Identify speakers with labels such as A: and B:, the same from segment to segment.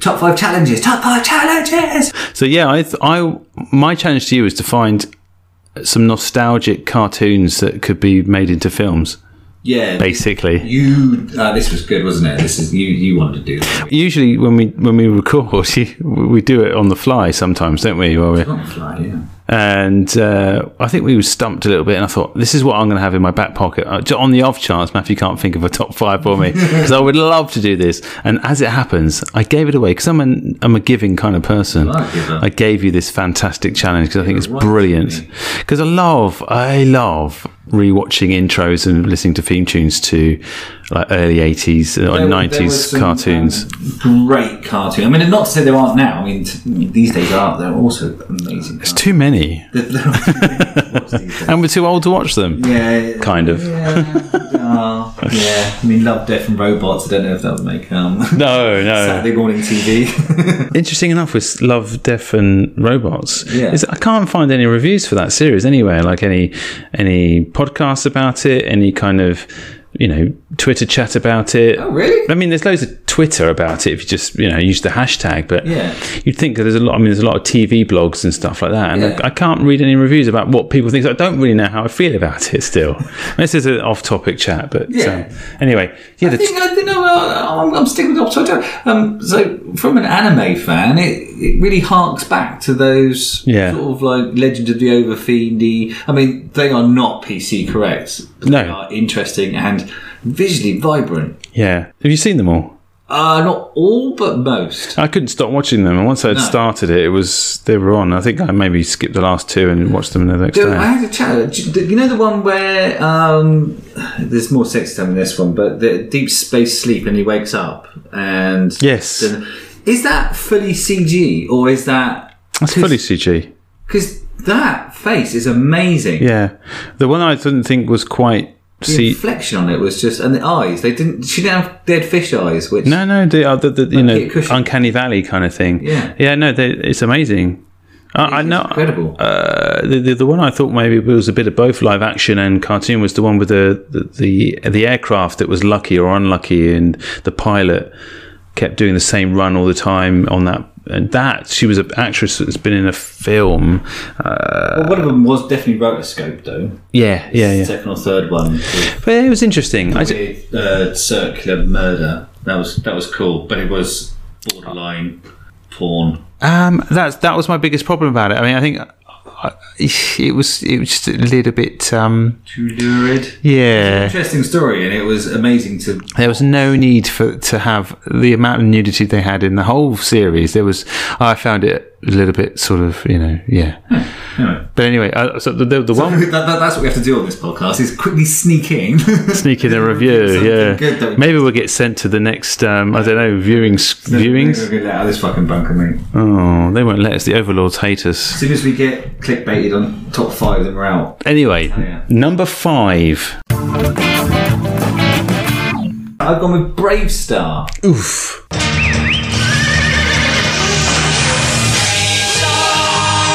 A: Top five challenges. Top five challenges.
B: So yeah, I, th- I my challenge to you is to find some nostalgic cartoons that could be made into films.
A: Yeah.
B: Basically,
A: You. Uh, this was good, wasn't it? This is you. You wanted to do. This.
B: usually when we when we record, you, we do it on the fly sometimes, don't we? While we're,
A: Oh, fly, yeah.
B: and uh, I think we were stumped a little bit, and I thought this is what I'm going to have in my back pocket uh, ju- on the off chance Matthew can't think of a top five for me because I would love to do this. And as it happens, I gave it away because I'm an, I'm a giving kind of person.
A: are a giver.
B: I gave you this fantastic challenge because I think it's
A: right,
B: brilliant. Because I love, I love rewatching intros and listening to theme tunes to like early 80s or
A: There were- there
B: 90s
A: were some,
B: cartoons.
A: um, great cartoon. I mean, and not to say there aren't now. I mean, t- these days are. They're also amazing.
B: It's too many,
A: cartoons.
B: and we're too old to watch them.
A: yeah.
B: Kind of.
A: Yeah. Oh, yeah. I mean, Love, Death and Robots. I don't know if that would make um,
B: No, no.
A: Saturday morning TV.
B: Interesting enough, with Love, Death, and Robots,
A: Yeah.
B: is I can't find any reviews for that series anywhere. Like any any podcasts about it, any kind of you know Twitter chat about it.
A: oh, really?
B: I mean, there's loads of Twitter about it if you just you know use the hashtag. But
A: Yeah.
B: you'd think that there's a lot. I mean, there's a lot of TV blogs and stuff like that, and
A: Yeah.
B: I, I can't read any reviews about what people think. So I don't really know how I feel about it still. this is an off-topic chat, but
A: Yeah.
B: um, anyway, yeah,
A: I
B: the
A: think I don't know. uh, I'm, I'm sticking with Optoto. Um, so, from an anime fan, it, it really harks back to those
B: Yeah.
A: sort of like Legend of the Overfiendy. I mean, they are not PC correct. but
B: No.
A: they are interesting and visually vibrant.
B: yeah. Have you seen them all?
A: Uh, not all, but most.
B: I couldn't stop watching them, and once I'd started it, it was they were on. I think I maybe skipped the last two and watched them the next
A: Dude, I
B: day.
A: had a chat. do You know the one where um, there's more sex time in this one, but the deep space sleep and he wakes up and
B: Yes.
A: then- is that fully CG or is that
B: That's fully CG.
A: because that face is amazing?
B: Yeah, the one I didn't think was quite
A: The
B: see.
A: inflection on it was just and the eyes. They didn't. She didn't have dead fish eyes, which
B: No, no, the, uh, the, the you know
A: Peter Cushing.
B: uncanny valley kind of thing.
A: Yeah.
B: yeah, no, they, it's amazing. I, I
A: is
B: know.
A: incredible.
B: Uh, the, the the one I thought maybe was a bit of both live action and cartoon was the one with the the the, the aircraft that was lucky or unlucky, and the pilot kept doing the same run all the time on that. And that she was an actress that's been in a film. Uh,
A: well, one of them was definitely rotoscope though.
B: yeah, yeah, yeah.
A: Second or third one.
B: But it was interesting. I d-
A: Weird, uh, circular murder. That was that was cool, but it was borderline porn.
B: um, that's that was my biggest problem about it. I mean, I think. I- It was it was just a little bit um
A: Too lurid.
B: yeah
A: Interesting story, and it was amazing to.
B: There was no need for to have the amount of nudity they had in the whole series. There was, I found it a little bit sort of, you know, yeah.
A: Anyway.
B: But anyway, uh, so the the, the one
A: That, that, that's what we have to do on this podcast: is quickly sneak in.
B: sneak in a review,
A: Something
B: yeah.
A: good that we-
B: Maybe we'll get sent to the next, um, I don't know, viewings.
A: We're
B: Viewings.
A: gonna get out of this fucking bunker, mate.
B: Oh, they won't let us. The overlords hate us.
A: As soon as we get clickbaited on top five, then we're out.
B: Anyway,
A: yeah.
B: number five.
A: I've gone with Brave Star.
B: Oof.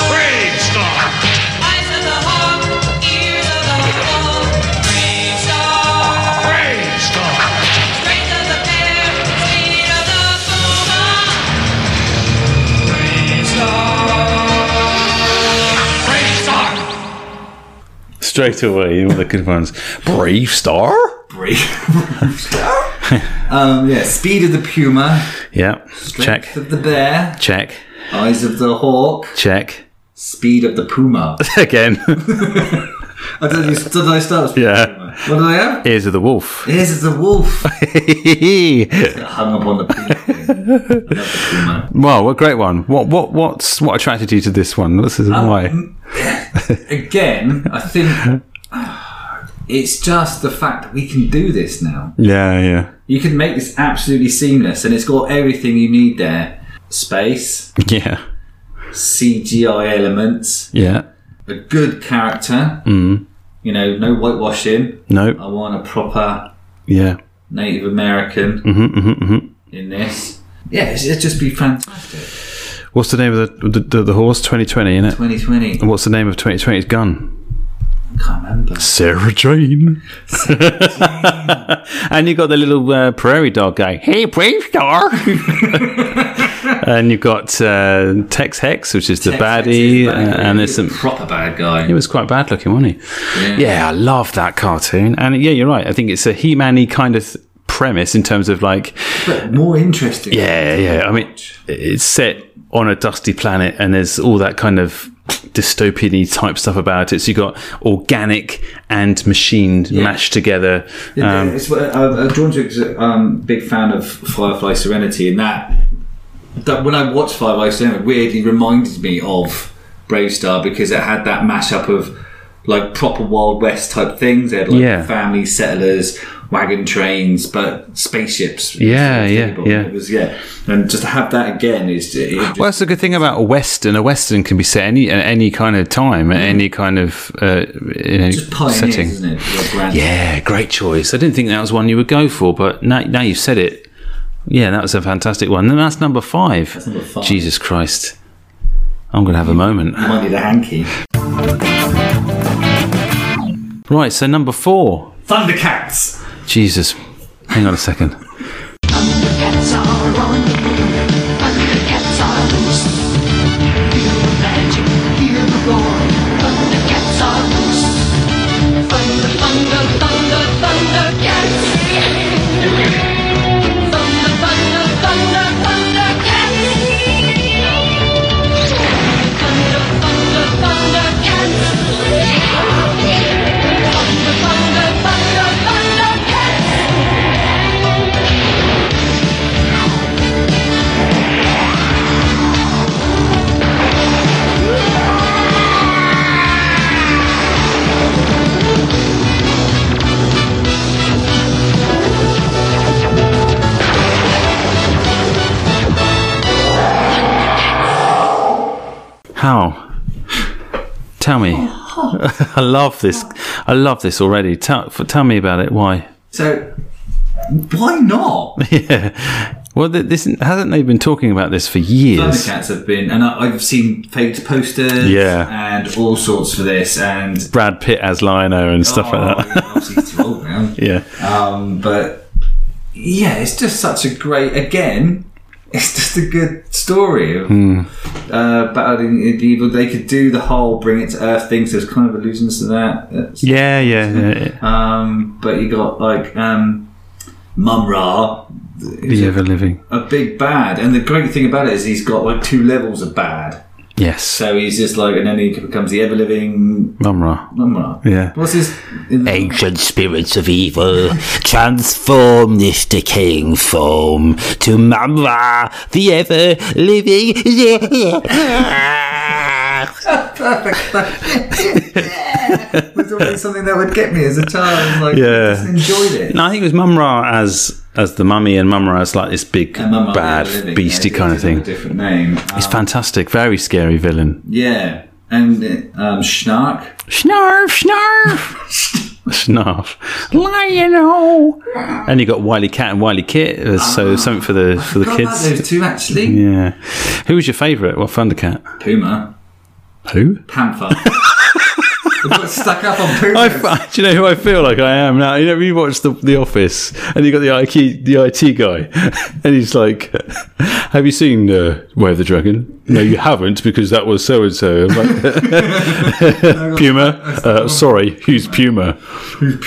C: Brave Star!
D: Eyes of the hawk, ears of the bull, brave star,
C: Brave Star!
D: strength of the bear, speed of the puma. Brave star.
C: Brave Star!
B: Straight away, all the good ones. Brave Star?
A: Brave Star. um, yeah, speed of the puma,
B: Yeah.
A: strength
B: Check.
A: of the bear,
B: Check.
A: eyes of the hawk,
B: Check.
A: speed of the puma.
B: Again.
A: I did, you, did I start? with
B: Yeah.
A: Puma? What did I have?
B: Ears of the Wolf.
A: This is the wolf hung up on the puma. thing. I love the puma.
B: Wow, what a great one! What what what's what attracted you to this one? What's this why?
A: Again, I think it's just the fact that we can do this now.
B: Yeah, yeah,
A: You can make this absolutely seamless, and it's got everything you need there: space,
B: yeah,
A: CGI elements,
B: yeah.
A: a good character.
B: Mm-hmm.
A: You know, no whitewashing. I
B: No,
A: want a proper
B: yeah. Mm-hmm,
A: Native American in this. Yeah, it's- it'd just be fantastic.
B: What's the name of the the, the, the horse? Twenty twenty, isn't it?
A: 2020.
B: And what's the name of twenty twenty's gun?
A: can't remember.
B: Sarah Jane. and you've got the little uh, prairie dog guy. Hey, brave star. and you've got uh, Tex Hex, which is the baddie, uh, and there's some.
A: proper bad guy.
B: He was quite bad looking, wasn't he? Yeah. I love that cartoon. And yeah, you're right. I think it's a He-Man-y kind of premise in terms of like
A: But more interesting.
B: yeah, yeah. I mean, it's set on a dusty planet, and there's all that kind of dystopian type stuff about it. So you got organic and machined mashed together.
A: Yeah,
B: Um,
A: uh, it's what I- I'm drawn to because I'm a um, big fan of Firefly Serenity, and that, that when I watched Firefly Serenity, it weirdly reminded me of Brave Star because it had that mashup of like proper Wild West type things. They had like
B: Yeah.
A: family settlers, wagon trains, but spaceships.
B: Yeah, yeah,
A: Table.
B: yeah.
A: It was yeah, and just to have that again is it just-
B: well, that's the good thing about a western. A western can be set any at any kind of time, at any kind of uh, you know,
A: just pioneers,
B: setting.
A: isn't it? Like grand-
B: Yeah, great choice. I didn't think that was one you would go for, but now, now you've said it. Yeah, that was a fantastic one. Then that's number five.
A: number five.
B: Jesus Christ. I'm going to have a moment.
A: Might need a hanky.
B: Right, so number four.
A: Thundercats.
B: Jesus. Hang on a second.
E: Thundercats are on. Thundercats are loose. Hear the magic, hear the roar. Thundercats are loose. Thunder, thunder, thunder, Thundercats. Thunder, thunder, thunder, Thundercats. Thunder, thunder, Thundercats. Thunder, thunder, thunder, Thundercats.
B: How? Tell me. I love this. I love this already. Tell, f- tell me about it. Why?
A: So why not?
B: yeah. Well, th- this hasn't they been talking about this for years?
A: Thundercats have been, and I, I've seen faked posters,
B: Yeah.
A: and all sorts for this, and
B: Brad Pitt as Lionel and stuff
A: Oh,
B: like that.
A: yeah, obviously he's too old now.
B: yeah.
A: Um, but yeah, it's just such a great. Again, it's just a good story of
B: Hmm.
A: uh, battling the evil. They could do the whole bring it to earth thing. So there's kind of allusions to that. That's-
B: Yeah, yeah, yeah.
A: Um, but you got like um, Mum Ra. who's
B: The ever living.
A: A big bad, and the great thing about it is he's got like two levels of bad.
B: Yes.
A: So he's just like, and then he becomes the ever living.
B: Mumra. Yeah.
A: What's his? In the,
F: Ancient spirits of evil, transform this decaying foam to Mamra, the ever living.
A: was always something that would get me as a child. Like,
B: Yeah.
A: I just enjoyed it.
B: No, I think it was Mumra as as the mummy and Mumra as like this big
A: And Mum Ra, the
B: bad
A: Ever Living,
B: beastie
A: yeah,
B: kind
A: it's
B: of
A: just
B: thing.
A: A different name.
B: It's
A: Um,
B: fantastic. Very scary villain.
A: yeah, and um, Schnark.
B: Snarf, snarf, snarf, lion ho. And you got Wily Cat and Wily Kit. uh,
A: Ah.
B: So something for the for the
A: Forgot about
B: kids.
A: those two actually.
B: Yeah. Who was your favourite? Well, Thundercat.
A: Puma,
B: Who?
A: Panther. We got stuck up on Puma.
B: I, f- do you know who I feel like I am now? You know, you watch the, the Office, and you got the IT, the IT guy, and he's like, "Have you seen uh, Way of the Dragon? No, you haven't, because that was so and so." Puma, uh, sorry, who's Puma?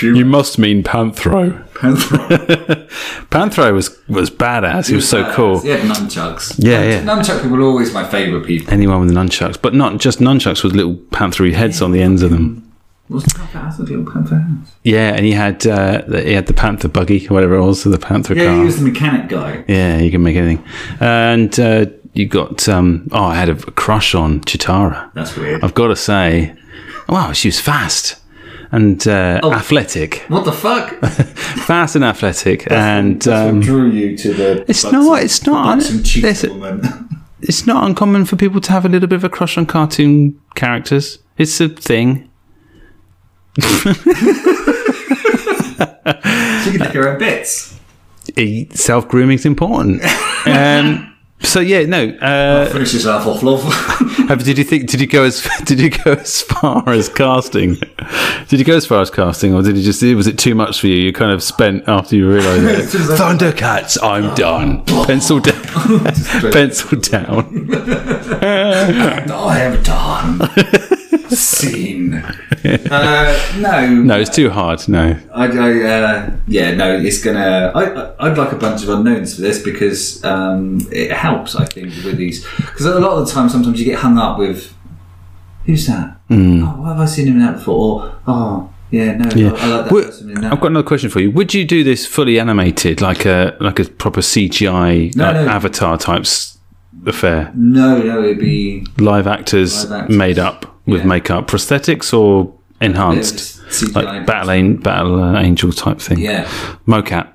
B: You must mean Panthro.
A: Panther.
B: Panthro was was badass. He was so
A: Badass.
B: cool.
A: He had nunchucks.
B: Yeah, yeah.
A: Nunchuck people are always my favourite people.
B: Anyone with nunchucks, but not just nunchucks with little panthery heads on the ends of them.
A: What's the Panther House? The old Panther House.
B: Yeah, and he had uh, the, he had the Panther buggy, whatever it was, the Panther
A: Yeah,
B: car.
A: he was the mechanic guy.
B: Yeah, you can make anything. And uh, you got um, oh, I had a crush on Chitara.
A: That's weird.
B: I've got to say, wow, she was fast and uh,
A: Oh.
B: athletic,
A: What the fuck?
B: fast and athletic, and.
A: That's what
B: Um,
A: drew you to the.
B: it's
A: buxom-
B: not- it's not-
A: buxom cheek
B: there's a-
A: woman.
B: it's not uncommon for people to have a little bit of a crush on cartoon characters. It's a thing.
A: She can take her own bits.
B: Self grooming's important. um, So yeah, no. Uh,
A: Finish yourself off, love.
B: have- did you think? Did you go as? Did you go as far as casting? Did you go as far as casting, or did you just? Was it too much for you? You kind of spent after you realised it. Thundercats, I'm done. Pencil down. Pencil down.
A: I have done. Scene. Uh, no.
B: No, it's too hard. No.
A: I, I uh, yeah, no, it's gonna. I, I, I'd like a bunch of unknowns for this because um, it helps, I think, with these. Because a lot of the time, sometimes you get hung up with who's that? Oh, why have I seen him in that before? Or oh, yeah, no,
B: Hmm. Yeah.
A: I, I like that
B: Would-
A: person in that.
B: I've got another question for you. Would you do this fully animated, like a like a proper CGI
A: No,
B: like,
A: no.
B: avatar type s- affair?
A: no, no, it'd be
B: Live actors,
A: Live actors.
B: made up with
A: Yeah.
B: makeup, prosthetics or enhanced,
A: Yeah, CGI
B: like
A: enhanced.
B: battle an- battle uh, angel type thing.
A: yeah,
B: mocap.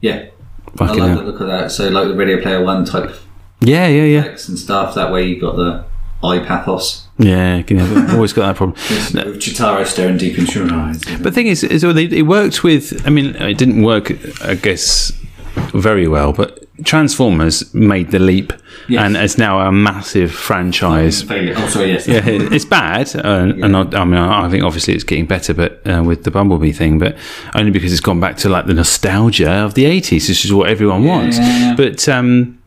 A: yeah. I
B: Fucking
A: like the
B: hell.
A: look of that. So like the Radio Player One type
B: Yeah, yeah, yeah,
A: effects and stuff. That way you got the eye pathos.
B: yeah. Can you have, always got that problem.
A: With Chitaro staring deep into your eyes.
B: But the thing is, is they, it worked with. I mean, it didn't work, I guess, very well. But Transformers made the leap,
A: Yes.
B: and it's now a massive franchise.
A: Failure. Oh, sorry, yes.
B: Yeah, it- it's bad, uh, and I, I mean, I think obviously it's getting better, but uh, with the Bumblebee thing, but only because it's gone back to like the nostalgia of the '80s. This is what everyone wants.
A: yeah, yeah.
B: But um,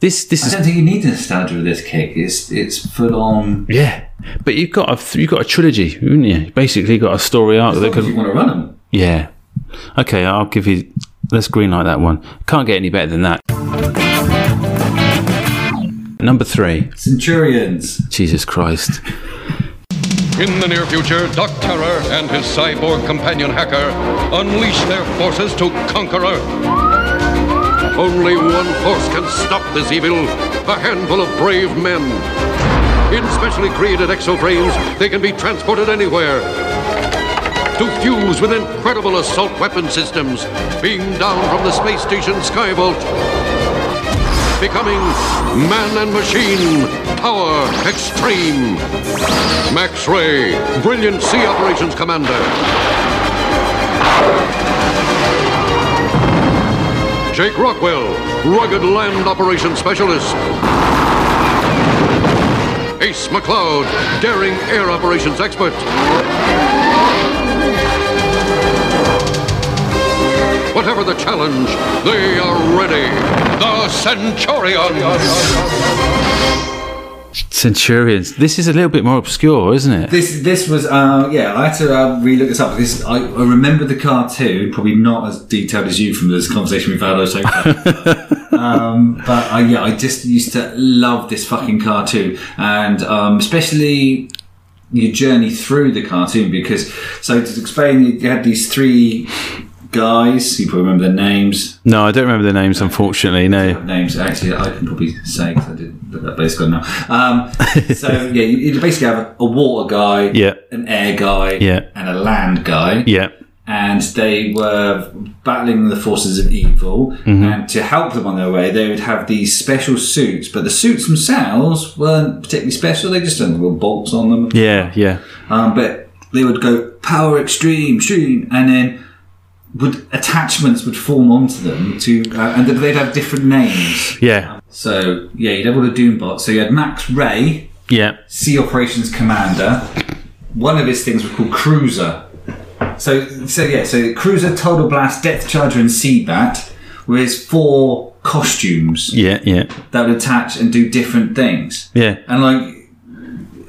B: this, this
A: I
B: is
A: don't think you need nostalgia with this cake. It's it's full on.
B: yeah. But you've got a you've got a trilogy, haven't you? You've Basically, got a story arc that could
A: you want to run them.
B: Yeah. Okay, I'll give you. Let's greenlight that one. Can't get any better than that. Number three.
A: Centurions.
B: Jesus Christ.
G: In the near future, Doc Terror and his cyborg companion hacker unleash their forces to conquer Earth. Only one force can stop this evil a handful of brave men. In specially created exoframes, they can be transported anywhere. To fuse with incredible assault weapon systems beamed down from the space station Skyvolt. Becoming man and machine, power extreme. Max Ray, brilliant sea operations commander. Jake Rockwell, rugged land operations specialist. Ace McLeod, daring air operations expert. Whatever the challenge, they are ready. The Centurions.
B: Centurions. This is a little bit more obscure, isn't it?
A: This this was uh, yeah. I had to uh, relook this up. This I, I remember the cartoon, probably not as detailed as you from this conversation we've had so far. um, but I, yeah, I just used to love this fucking cartoon, and um, especially your journey through the cartoon because so to explain, you had these three guys. You probably remember their names.
B: No, I don't remember the names, unfortunately. No.
A: names actually I can probably say 'cause I didn't look that but it's gone now um, so yeah you, you basically have a water guy
B: Yeah.
A: an air guy
B: Yeah.
A: and a land guy
B: Yeah.
A: and they were battling the forces of evil
B: Mm-hmm.
A: and to help them on their way they would have these special suits but the suits themselves weren't particularly special they just had little bolts on them
B: Yeah. Yeah.
A: um, but they would go power extreme, extreme, and then would attachments would form onto them to, uh, and they'd have different names.
B: Yeah.
A: So yeah, you'd have all the Doombots. So you had Max Ray,
B: Yeah.
A: Sea Operations Commander. One of his things was called Cruiser. So so yeah, so Cruiser, Total Blast, Death Charger, and Seabat were his four costumes
B: Yeah. Yeah.
A: that would attach and do different things.
B: Yeah.
A: And like,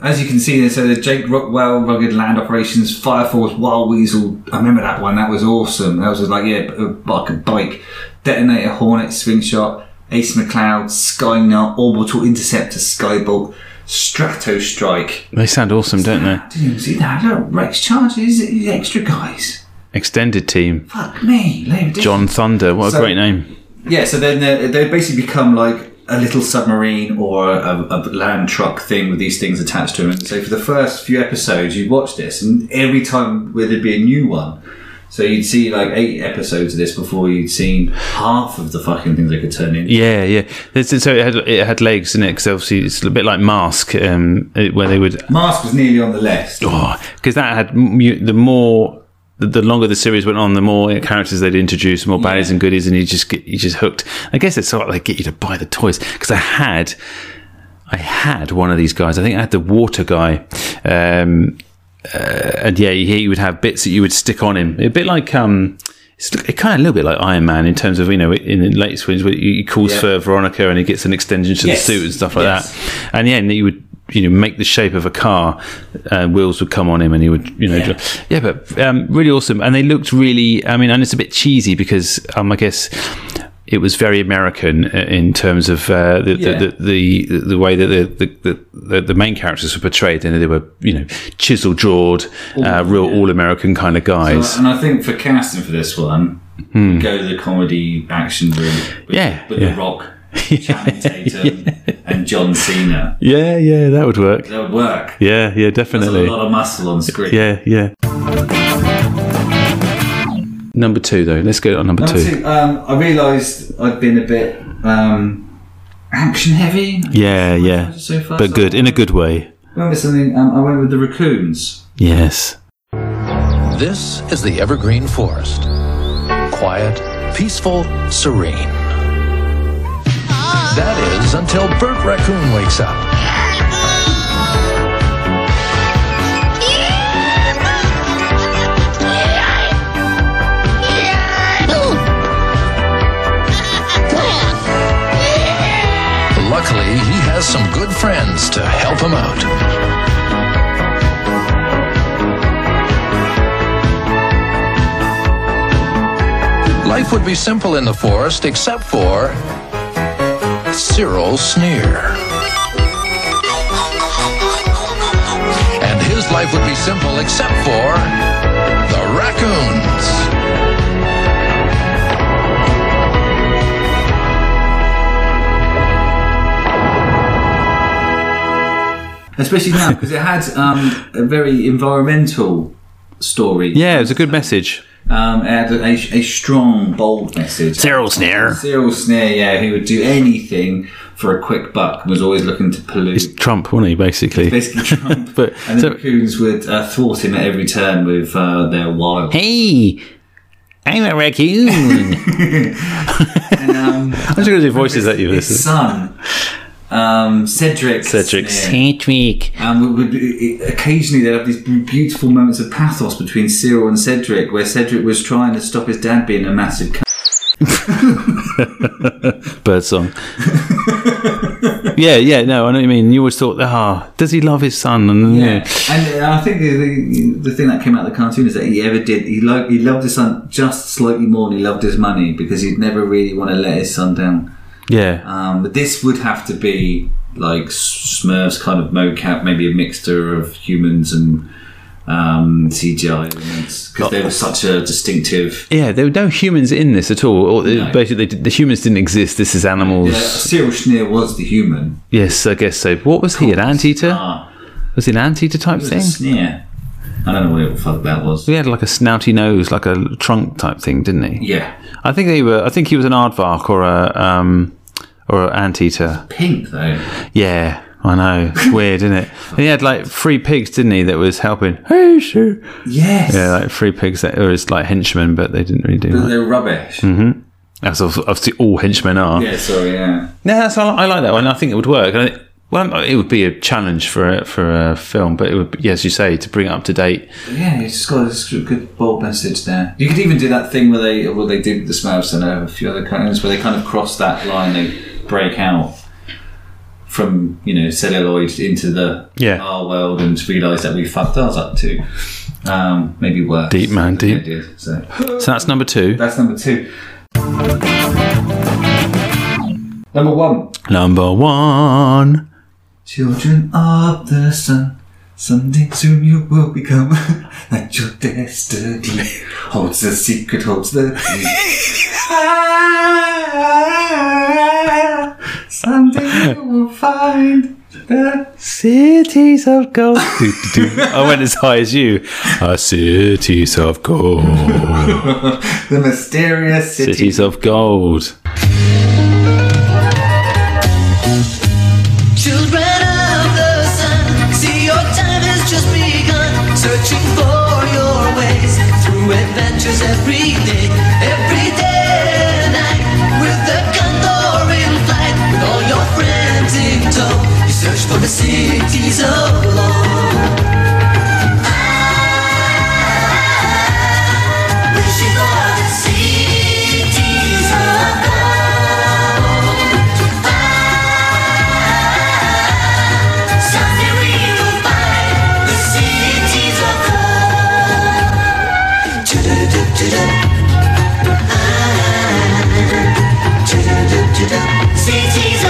A: as you can see, there, so the Jake Rockwell, Rugged Land Operations, Fire Force, Wild Weasel. I remember that one. That was awesome. That was just like, yeah, b- like a bike, detonator, Hornet, Swing Shot, Ace McLeod, Skynet, Orbital Interceptor, Skybolt, Strato Strike.
B: They sound awesome, don't they?
A: I didn't even see that. Look, Rex Charges, these extra guys.
B: Extended team.
A: Fuck me, Labour Day.
B: John Thunder. What a
A: So-
B: great name.
A: Yeah, so then they- they basically become like a little submarine or a, a land truck thing with these things attached to them. And so for the first few episodes, you'd watch this, and every time where there'd be a new one. So you'd see like eight episodes of this before you'd seen half of the fucking things they could turn in.
B: Yeah, yeah. This is- So it had it had legs in it because obviously it's a bit like Mask, um, it- where they would Oh,
A: Mask was nearly on the list.
B: because that had mu- the more the, the longer the series went on, the more characters they'd introduce, more baddies and goodies, and you just get you just hooked. I guess it's sort of like get you to buy the toys because I had. I had one of these guys. I think I had the water guy, um, uh, and yeah, he would have bits that you would stick on him. A bit like um, it's it kind of a little bit like Iron Man in terms of you know in the latest ones where he calls for Veronica and he gets an extension to
A: Yes.
B: the suit and stuff like
A: Yes.
B: that. And yeah, and you would you know make the shape of a car, uh, wheels would come on him, and he would you know
A: Yeah.
B: yeah, but um, really awesome. And they looked really. I mean, and it's a bit cheesy because um, I guess. It was very American uh, in terms of uh, the,
A: Yeah.
B: the, the the the way that the the, the, the main characters were portrayed, and they were you know chisel jawed, uh, real all American kind of guys.
A: And I think for casting for this one, go the comedy action route. With,
B: Hmm. Yeah,
A: with
B: yeah.
A: The Rock, Channing Tatum, and John Cena.
B: yeah, yeah, that would work.
A: That would work.
B: Yeah, yeah,
A: There's a
B: definitely.
A: lot of muscle on screen.
B: Yeah, yeah. Number two, though. Let's go on number,
A: Number
B: two.
A: two, um, I realised I've been a bit um, action heavy.
B: Yeah, yeah.
A: So far,
B: But
A: so
B: good,
A: good.
B: in a good way.
A: I went with something. Um, I went with the raccoons.
B: Yes.
H: This is the evergreen forest. Quiet, peaceful, serene. That is until Bert Raccoon wakes up. Luckily, he has some good friends to help him out. Life would be simple in the forest except for Cyril Sneer. And his life would be simple except for the raccoons.
A: Especially now, because it had um, a very environmental story.
B: Yeah, it was a good message.
A: Um, it had a, a strong, bold message.
F: Cyril Snare.
A: Cyril Snare, yeah, who would do anything for a quick buck, was always looking to pollute.
B: It's Trump, wasn't he, basically?
A: Basically, Trump.
B: But-
A: and the
B: so-
A: raccoons would uh, thwart him at every turn with uh, their wild.
F: Hey, I'm a raccoon.
B: I'm just going to do voices at you.
A: His
B: This
A: son, um, Cedric.
B: Cedric.
A: Snare.
F: Patrick.
A: And we would, it- occasionally they'd have these b- beautiful moments of pathos between Cyril and Cedric, where Cedric was trying to stop his dad being a massive cunt.
B: bird song. yeah, yeah, no, I know what you mean. You always thought, ah, does he love his son? And, yeah.
A: And uh, I think the, the, the thing that came out of the cartoon is that he ever did, he, lo- he loved his son just slightly more than he loved his money because he'd never really want to let his son down.
B: yeah.
A: Um, but this would have to be like Smurfs kind of mocap, maybe a mixture of humans and um, CGI elements because they were such a distinctive.
B: Yeah, there were no humans in this at all. Or uh,
A: No.
B: Basically, the humans didn't exist. This is
A: Yeah,
B: animals.
A: Cyril Schneer was the human. Ah,
B: Yes, I guess so. What was he, an anteater? Was he an anteater type
A: a
B: thing?
A: sneer. I don't know what the fuck that was.
B: He had like a snouty nose, like a trunk type thing, didn't he?
A: Yeah.
B: I think they were. I think he was an aardvark or a um, or an anteater.
A: Pink, though.
B: Yeah, I know. It's weird, isn't it? And he had like three pigs, didn't he? That was helping. Hey, sure.
A: Yes.
B: Yeah, like three pigs that were his like henchmen, but they didn't really do
A: But
B: much.
A: They're rubbish.
B: Mm. As ob- obviously all henchmen are.
A: Yeah, sorry, yeah.
B: No, that's I, li- I like that one. I think it would work. And I, well, um, it would be a challenge for a, for a film, but it would, be, yeah, as you say, to bring it up to date.
A: But yeah, it's just got this good bold message there. You could even do that thing where they well they did the Smurfs and a few other cartoons where they kind of cross that line, they break out from, you know, celluloid into the
B: Yeah.
A: our world and realise that we fucked ours up too. Um, maybe worse.
B: Deep,
A: than
B: man, deep.
A: they did, So
B: So that's number two.
A: that's number two. Number one.
B: Number one.
A: Children of the sun, someday soon you will become like your destiny. Holds the secret, holds the key. someday you will find the
B: Cities of gold. Do, do, do. I went as high as you. A cities of gold.
A: the mysterious city.
B: Cities of gold.
D: Children of the sun, see your time has just begun. Searching for your ways through adventures every day, every day and night. With the condor in flight, with all your friends in tow, you search for the cities of love. Wishing for the cities of gold. Ah, someday we will find the cities of gold. Do-do-do-do, do-do. Ah, do-do-do, do-do. Cities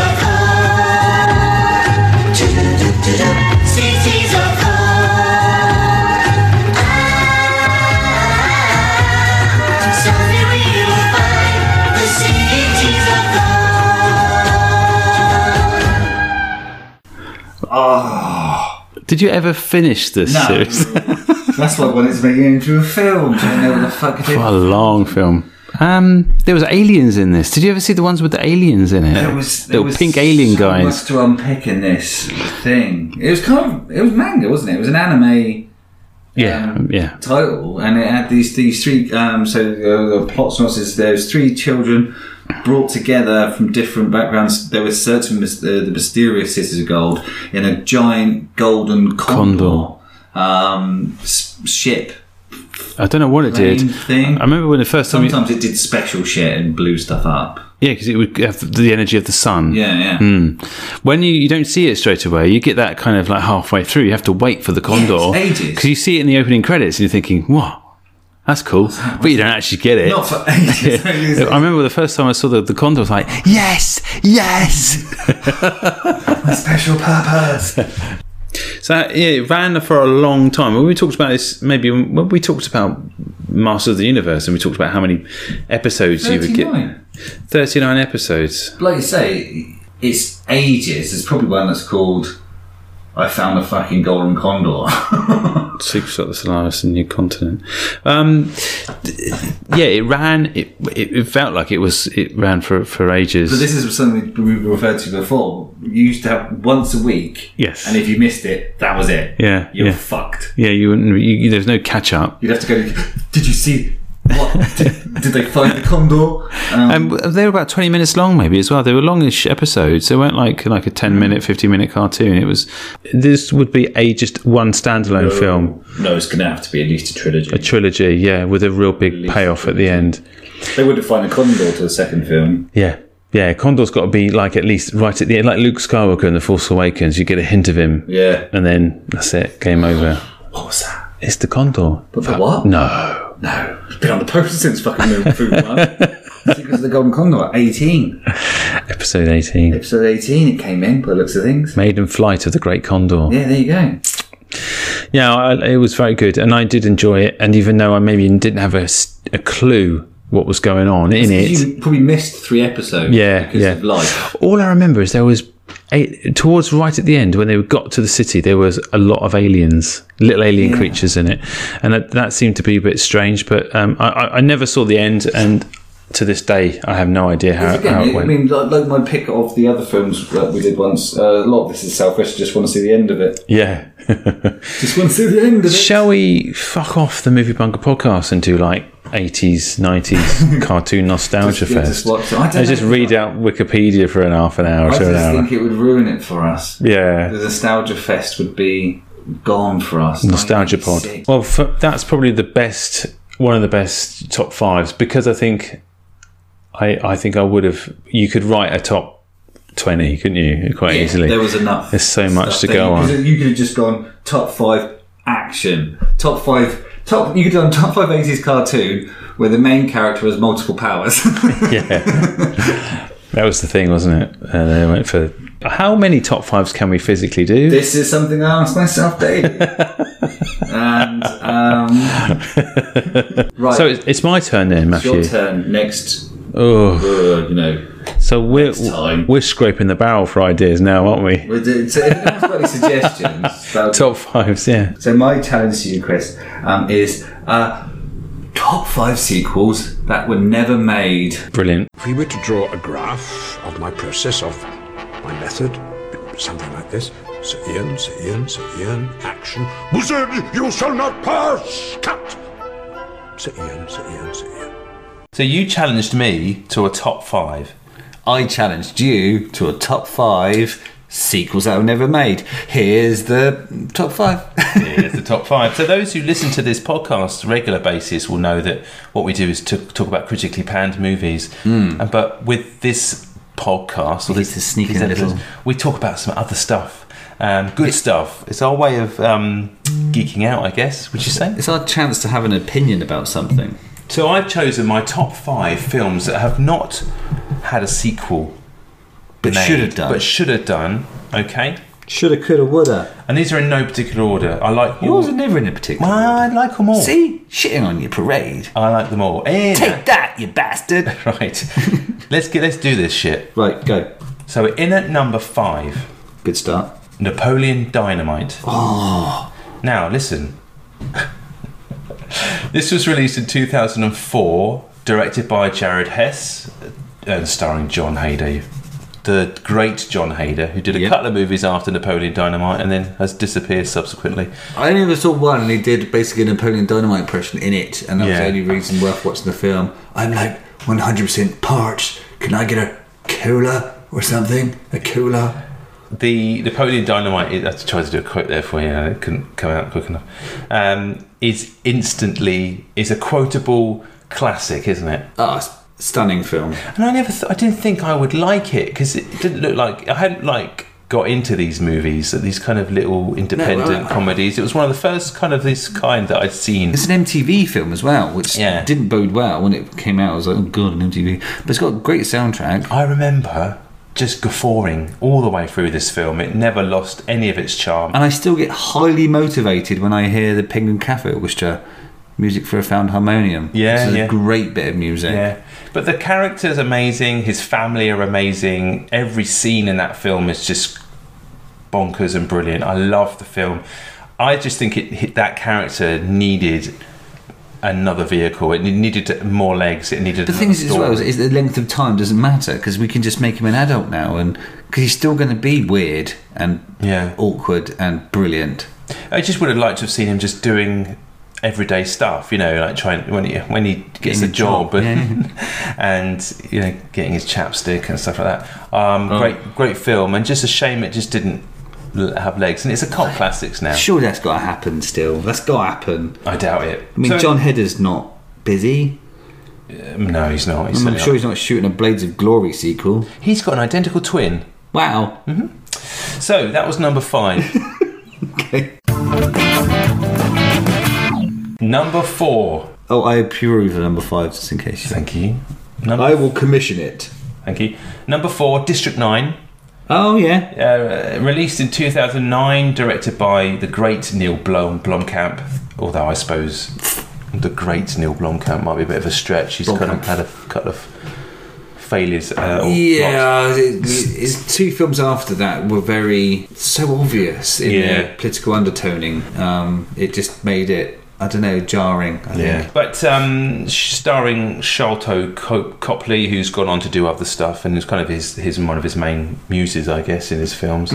D: of gold. Do-do-do, do-do. Cities of gold. Someday we will find the cities of gold.
B: Did you ever finish this
A: No.
B: series?
A: That's why I wanted to make it into a film. I don't know what the fuck it is.
B: what a long film. Um, there was aliens in this. Did you ever see the ones with the aliens in it?
A: There was there
B: little
A: was
B: pink alien
A: so
B: guys.
A: Much to unpick in this thing. It was kind of it was manga, wasn't it? It was an anime
B: Yeah,
A: um,
B: yeah.
A: title, and it had these these three. Um, so uh, the plot synopsis: there's three children brought together from different backgrounds. They were searching mys- uh, the mysterious cities of gold in a giant golden condor,
B: Condor.
A: Um, s- ship.
B: I don't know what it
A: Plane
B: did.
A: thing.
B: I remember when the first time. you-
A: Sometimes it did special shit and blew stuff up.
B: yeah, because it would have the energy of the sun.
A: Yeah, yeah.
B: Hmm. When you, you don't see it straight away, you get that kind of like halfway through. You have to wait for the condor.
A: ages.
B: Because you see it in the opening credits and you're thinking, what? That's cool. But you don't actually get it.
A: Not for ages.
B: I remember the first time I saw the, the condor, I was like, yes, yes.
A: special purpose.
B: So that, yeah, it ran for a long time. When we talked about this, maybe when we talked about Master of the Universe and we talked about how many episodes you would get.
A: 39.
B: 39 episodes.
A: Like you say, it's ages. There's probably one that's called I Found a Fucking Golden Condor.
B: Supershot the Solaris and New Continent. Um, th- yeah, it ran. It, it it felt like it was. It ran for for ages.
A: but this is something we referred to before. You used to have once a week.
B: Yes.
A: And if you missed it, that was it.
B: Yeah,
A: You're
B: yeah.
A: fucked.
B: yeah, you wouldn't. You, you- there's no catch up.
A: You'd have to go, did you see. What? did, did they find the condor? Um,
B: And they were about twenty minutes long, maybe as well. They were longish episodes. They weren't like like a ten minute, fifteen minute cartoon. It was. This would be a just one standalone film,
A: No, it's going to have to be at least a trilogy.
B: a trilogy. Yeah, with a real big
A: least
B: payoff at the end.
A: they wouldn't find the condor to the second film.
B: Yeah. Yeah, Condor's got to be like at least right at the end, like Luke Skywalker in The Force Awakens. You get a hint of him,
A: Yeah.
B: and then that's it. Game over.
A: What was that?
B: It's the Condor.
A: But for what?
B: No.
A: No, it's been on the poster since fucking Moon Food Man. Secrets of the Golden Condor, 18.
B: Episode 18.
A: Episode 18, it came in by the looks of things.
B: Maiden Flight of the Great Condor. Yeah,
A: Yeah, there you go.
B: I, it was very good, and I did enjoy it. And even though I maybe didn't have a, s- a clue what was going on in it,
A: You probably missed three episodes
B: Yeah,
A: because
B: yeah.
A: of life.
B: all I remember is there was. Eight, towards right at the end, when they got to the city, there was a lot of aliens, little alien creatures in it, and that, that seemed to be a bit strange. But um, I, I, I never saw the end, and to this day, I have no idea how,
A: Again,
B: how it
A: I
B: went.
A: mean, like, like my pick of the other films that we did once, uh, a lot of this is selfish, just want to see the end of it.
B: yeah,
A: Just want to see the end of it.
B: Shall we fuck off the Movie Bunker podcast and do like 80s, 90s cartoon nostalgia
A: Just- yeah, just
B: fest?
A: watch it. I don't
B: And just
A: know.
B: read out Wikipedia for an half an hour
A: I
B: to an
A: just
B: hour.
A: think it would ruin it for us. The
B: Yeah.
A: Nostalgia Fest would be gone for us.
B: Nostalgia pod.
A: 1986.
B: Well, f that's probably the best, one of the best top fives because I think, I, I think I would have, you could write a top 20, couldn't you? Quite
A: Yeah,
B: easily.
A: There was enough.
B: There's so much
A: stuff
B: to go
A: that you-
B: on.
A: You could have just gone top five action, top five. Top, you could have done top five 80s cartoon where the main character has multiple powers.
B: That was the thing, wasn't it? Uh, they went for, how many top fives can we physically do?
A: this is something I ask myself daily. and um, right,
B: so it's, it's my turn then,
A: it's your
B: Matthew.
A: turn next.
B: Oh.
A: uh, you know,
B: So we're
A: time.
B: we're scraping the barrel for ideas now, aren't we?
A: with the, so if anyone's got any suggestions, that would
B: Top fives, yeah.
A: So my challenge to you, Chris, um, is uh, top five sequels that were never made.
B: Brilliant.
I: If we were to draw a graph of my process, of my method, something like this Sir Ian, Sir Ian, Sir Ian, action. Wizard, you shall not pass! Cut! Sir Ian, Sir Ian, Sir Ian.
A: So you challenged me to a top five. I challenged you to a top five sequels that were never made. Here's the top five.
B: Here's
A: the top five.
B: So those who listen to this podcast on a regular basis will know that what we do is to talk about critically panned movies. And, but with this podcast, or this,
A: to sneak
B: these
A: in a
B: episodes,
A: little-
B: we talk about some other stuff. Um, good stuff. It's our way of um, geeking out, I guess. Would you say?
A: It's our chance to have an opinion about something.
B: So I've chosen my top five films that have not had a sequel,
A: But
B: made,
A: should have done.
B: But should have done. Okay.
A: Shoulda, coulda, woulda.
B: And these are in no particular order. I like all-
A: Yours are never in a particular.
B: Well, I like them all.
A: See, shitting on your parade.
B: I like them all. Eh,
A: Take that, you bastard!
B: Right. let's get let's do this shit.
A: Right, go.
B: So in at number five,
A: Good start.
B: Napoleon Dynamite. Oh. Now listen. this was released in 2004, directed by Jared Hess uh, and starring John Hayday. The great John Hayder, who did a
A: Yep.
B: couple of movies after Napoleon Dynamite and then has disappeared subsequently.
A: I only ever saw one, and he did basically a Napoleon Dynamite impression in it, and that was
B: Yeah.
A: the only reason worth watching the film. I'm like 100% parched. Can I get a cola or something? A cola?
B: the Napoleon Dynamite. I tried to do a quote there for you, and it couldn't come out quick enough. Um, is instantly is a quotable classic, isn't it?
A: Ah, s- stunning film.
B: And I never, th- I didn't think I would like it because it didn't look like I hadn't like got into these movies, uh, these kind of little independent
A: No, I- I-
B: comedies. It was one of the first kind of this kind that I'd seen.
A: It's an MTV film as well, which
B: Yeah.
A: didn't bode well when it came out. I was like, oh god, an MTV. But it's got a great soundtrack.
B: I remember just guffawing all the way through this film. It never lost any of its charm.
A: And I still get highly motivated when I hear the Penguin Cafe Orchestra music for a found harmonium.
B: Yeah,
A: This is
B: yeah.
A: a great bit of music.
B: Yeah, but the character's amazing. His family are amazing. Every scene in that film is just bonkers and brilliant. I love the film. I just think it hit that character needed another vehicle. It needed more legs. It needed.
A: The thing
B: another
A: is, as well,
B: story.
A: is, is the length of time doesn't matter because we can just make him an adult now, and because he's still going to be weird and
B: Yeah.
A: awkward and brilliant.
B: I just would have liked to have seen him just doing everyday stuff, you know, like trying when he when he gets
A: Getting
B: a
A: a
B: job,
A: job,
B: and, and you know getting his chapstick and stuff like that. Um, Great, great film, and just a shame it just didn't l- have legs. And it's a cult classics now.
A: Surely that's got to happen. Still, that's got to happen.
B: I doubt it.
A: I mean,
B: So- mm,
A: John Hedder's not busy.
B: No, he's not. He's,
A: I'm,
B: certainly
A: sure
B: not.
A: he's not shooting a Blades of Glory sequel.
B: he's got an identical twin.
A: Wow.
B: So that was number five. Number four.
A: Oh, I approve of number five, just in case. you-
B: Thank you. Number,
A: I will commission it.
B: Thank you. Number four. District Nine.
A: Oh yeah.
B: uh, released in 2009, directed by the great Neil Blom- Blomkamp. Although I suppose the great Neil Blomkamp might be a bit of a stretch. He's kind of
A: Blomkamp.
B: had a couple of failures. Uh, or flops.
A: Yeah, it- it's two films after that were very so obvious in
B: Yeah.
A: their political undertoning. Um, it just made it, I don't know, jarring. I
B: Yeah.
A: think.
B: But um, sh- starring Sholto Co- Copley, who's gone on to do other stuff, and is kind of his, his one of his main muses, I guess, in his films.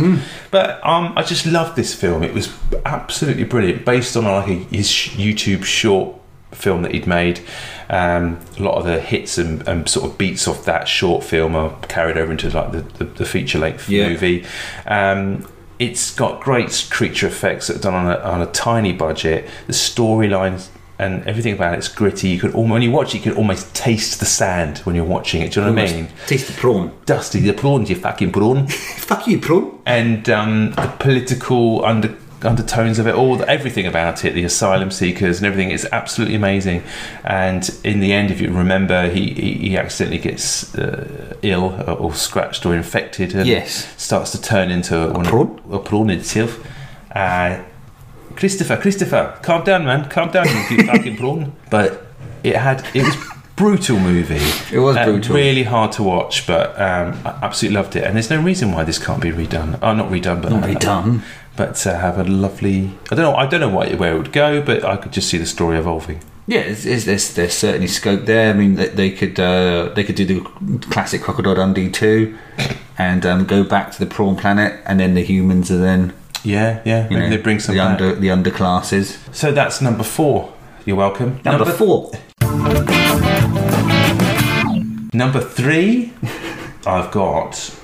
B: But um, I just loved this film. It was absolutely brilliant, based on like a, his sh- YouTube short film that he'd made. Um, a lot of the hits and, and sort of beats off that short film are carried over into like the, the, the feature length
A: Yeah.
B: movie. Um, it's got great creature effects that are done on a, on a tiny budget. The storylines and everything about it's gritty. You could almost, when you watch it, you could almost taste the sand when you're watching it. Do you know what I mean?
A: Taste the prawn.
B: Dusty, the prawns, you fucking prawn
A: Fuck you, prawn.
B: and um, the political under undertones of it all everything about it the asylum seekers and everything is absolutely amazing and in the end if you remember he he, he accidentally gets uh, ill or scratched or infected and
A: Yes.
B: starts to turn into a,
A: prawn?
B: a prawn itself uh, Christopher Christopher calm down man calm down you fucking prawn but it had it was brutal movie
A: It was
B: Uh,
A: brutal.
B: really hard to watch, but um, I absolutely loved it. And there's no reason why this can't be redone. Oh, not redone, but
A: Not redone.
B: But uh, have a lovely. I don't know. I don't know why, where it would go, but I could just see the story evolving.
A: Yeah, it's, it's, there's, there's certainly scope there. I mean, they, they could uh, they could do the classic Crocodile Dundee two, and um, go back to the prawn planet, and then the humans are then
B: Yeah, yeah.
A: you
B: Maybe
A: know
B: they bring some
A: the
B: back.
A: under the underclasses.
B: So that's number four. You're welcome.
J: Number
B: four. Number three, I've got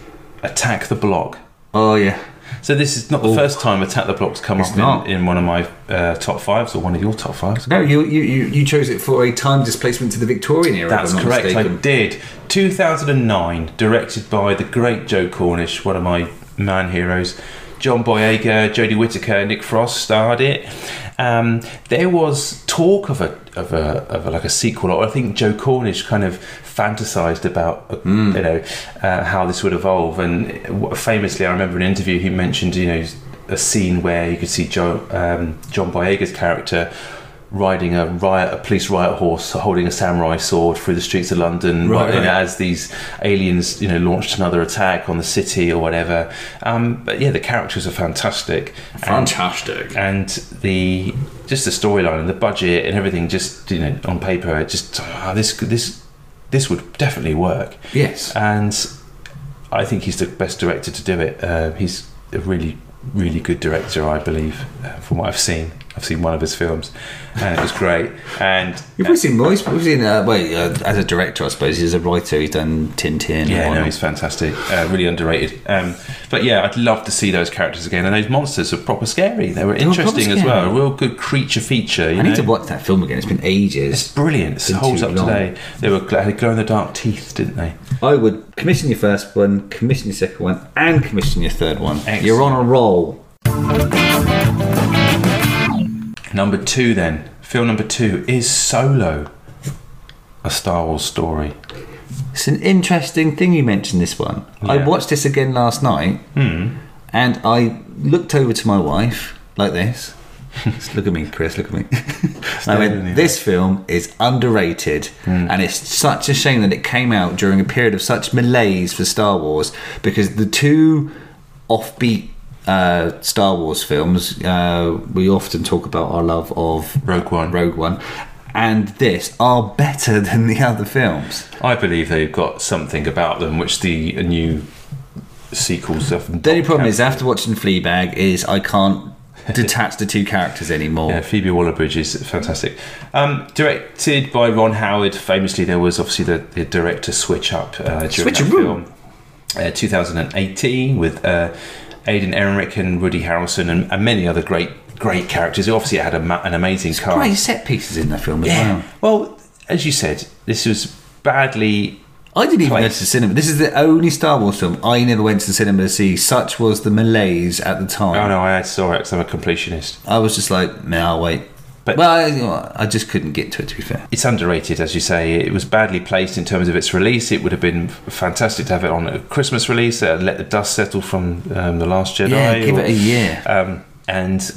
B: Attack the Block. Oh, yeah. So this is not the first time Attack the Block's come up in-
A: not.
B: In, one of my uh, top fives or one of your top fives.
A: No, you, you, you, you chose it for a time displacement to the Victorian era. if
B: That's
A: I'm not
B: correct.
A: mistaken.
B: I did. 2009, directed by the great Joe Cornish, one of my man heroes. John Boyega, Jodie Whittaker, Nick Frost starred it. Um, there was talk of a of a of a, like a sequel. Or I think Joe Cornish kind of fantasized about uh,
A: Hmm.
B: you know uh, how this would evolve. And w- famously, I remember an interview he mentioned you know a scene where you could see Joe, um, John Boyega's character riding a riot, a police riot horse, holding a samurai sword through the streets of London,
A: Right,
B: you know,
A: right.
B: as these aliens, you know, launched another attack on the city or whatever. Um, but yeah, the characters are fantastic,
A: Fantastic.
B: and, and the just the storyline and the budget and everything, just you know, on paper, it just ah, this this this would definitely work.
A: Yes,
B: and I think he's the best director to do it. Uh, he's a really really good director, I believe, uh, from what I've seen. I've seen one of his films, and it was great. And
A: You've probably seen Royce. We've seen, uh, wait, uh, as a director, I suppose. He's a writer. He's done Tintin.
B: Yeah,
A: and
B: no, he's fantastic. Uh, really underrated. Um, but yeah, I'd love to see those characters again. And those monsters are proper scary. They were
A: They were proper
B: interesting as
A: scary.
B: well. A real good creature feature. You
A: I need
B: know?
A: to watch that film again. It's been ages.
B: It's brilliant. It
A: been
B: holds
A: too
B: up
A: long.
B: today. They were gl- had glow in the dark teeth, didn't they?
A: I would commission your first one, commission your second one, and commission your third one.
B: Excellent.
A: You're on a roll.
B: Number two, then. Film number two is Solo, a Star Wars story.
A: It's an interesting thing you mentioned this one. I
B: Yeah. Hmm.
A: watched this again last night, and I looked over to my wife like this. Just look at me, Chris. Look at me. I
B: Staring
A: went.
B: at
A: This film is underrated,
B: Hmm.
A: and it's such a shame that it came out during a period of such malaise for Star Wars because the two offbeat uh, Star Wars films uh, we often talk about our love of
B: Rogue One.
A: Rogue One, and this are better than the other films.
B: I believe they've got something about them which the new sequels often.
A: The only problem is after watching Fleabag is I can't detach the two characters anymore.
B: Yeah, Phoebe Waller-Bridge is fantastic. Um, directed by Ron Howard. Famously, there was obviously the, the director switch up uh, during that
A: Switcheroo.
B: film, uh, 2018, with uh, Aidan Ehrenreich and Woody Harrelson and, and many other great great characters. Obviously, it had a ma- an amazing cast.
A: Great set pieces in that film as well.
B: Well, as you said, this was badly.
A: I didn't even go
B: Place.
A: to the cinema. This is the only Star Wars film I never went to the cinema to see. Such was the malaise at the
B: Oh
A: time.
B: no, I saw it 'cause I'm a completionist.
A: I was just like, no, I'll wait.
B: But-
A: well, I, you know, I just couldn't get to it. To be fair,
B: it's underrated, as you say. It was badly placed in terms of its release. It would have been fantastic to have it on a Christmas release. Uh, let the dust settle from um, the Last Jedi.
A: yeah, give
B: or-
A: it a year.
B: Um, and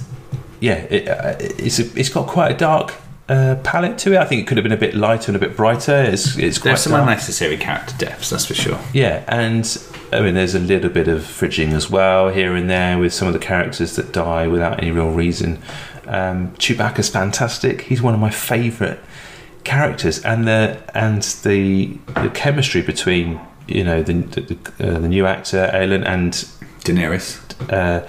B: yeah, it, uh, it's a, it's got quite a dark uh, palette to it. I think it could have been a bit lighter and a bit brighter. It's it's quite
A: There's some
B: dark.
A: unnecessary character deaths, that's for sure.
B: Yeah, and I mean, there's a little bit of fridging as well here and there with some of the characters that die without any real reason. Um, Chewbacca's fantastic. He's one of my favourite characters, and the and the the chemistry between you know the the, the, uh, the new actor Aelin and
A: Daenerys.
B: uh,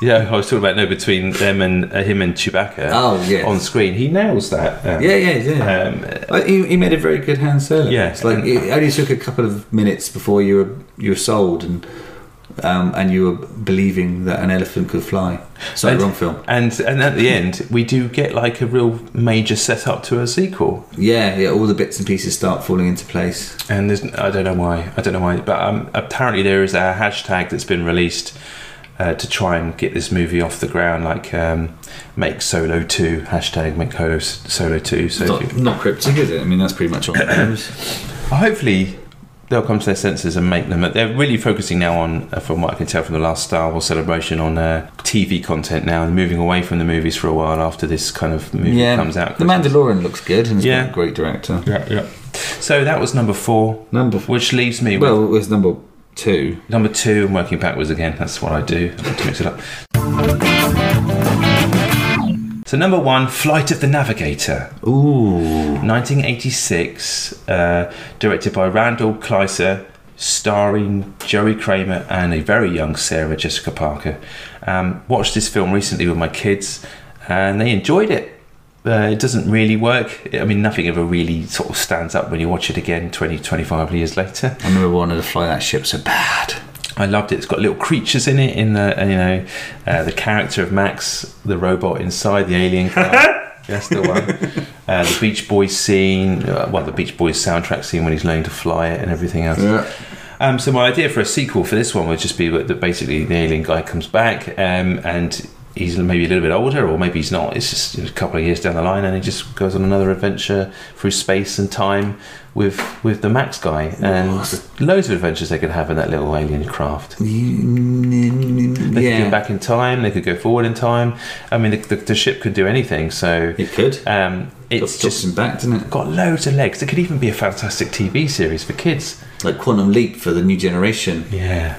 B: yeah, I was talking about no between them and uh, him and Chewbacca.
A: Oh, yes.
B: on screen he nails that. Um,
A: Yeah, yeah, yeah.
B: Um,
A: Uh, he, he made a very good hand Solo.
B: Yeah.
A: it's like it only took a couple of minutes before you were you were sold and um, and you were believing that an elephant could fly. Sorry,
B: And-
A: wrong film.
B: and and at the end we do get like a real major setup to a sequel.
A: Yeah, yeah. All the bits and pieces start falling into place.
B: and there's I don't know why I don't know why, but um, apparently there is a hashtag that's been released uh, to try and get this movie off the ground, like um, make Solo two hashtag make Solo Solo two. So if
A: Not, not cryptic, is it? I mean, that's pretty much all. it is.
B: you- hopefully they'll come to their senses and make them. They're really focusing now on, uh, from what I can tell from the last Star Wars celebration, on uh, TV content now and moving away from the movies for a while after this kind of movie
A: yeah,
B: comes out.
A: The Mandalorian looks good and it's
B: Yeah.
A: got a great director.
B: Yeah, yeah. So that was number four,
A: Number four.
B: which leaves me with
A: Well, it was number two.
B: Number two, I'm working backwards again. That's what I do. I like to mix it up. So number one, Flight of the Navigator,
A: Ooh,
B: 1986, uh, directed by Randall Kleiser, starring Joey Kramer and a very young Sarah Jessica Parker. Um, watched this film recently with my kids, and they enjoyed it. uh, it doesn't really work. I mean, nothing ever really sort of stands up when you watch it again 20, 25 years later.
A: I remember wanting to fly that ship so bad.
B: I loved it. It's got little creatures in it. In the uh, you know, uh, the character of Max, the robot inside the alien car. That's the one. Uh, the Beach Boys scene. Uh, well, the Beach Boys soundtrack scene when he's learning to fly it and everything else. Um, so my idea for a sequel for this one would just be that that basically the alien guy comes back um, and he's maybe a little bit older or maybe he's not. It's just you know, a couple of years down the line and he just goes on another adventure through space and time with with the Max guy and loads of adventures they could have in that little alien craft. They could
A: Yeah.
B: go back in time. They could go forward in time. I mean, the, the, the ship could do anything. So
A: It could.
B: Um,
A: Got
B: it's
A: stuff
B: just
A: in back, didn't it?
B: got loads of legs. It could even be a fantastic TV series for kids.
A: Like Quantum Leap for the new generation.
B: Yeah.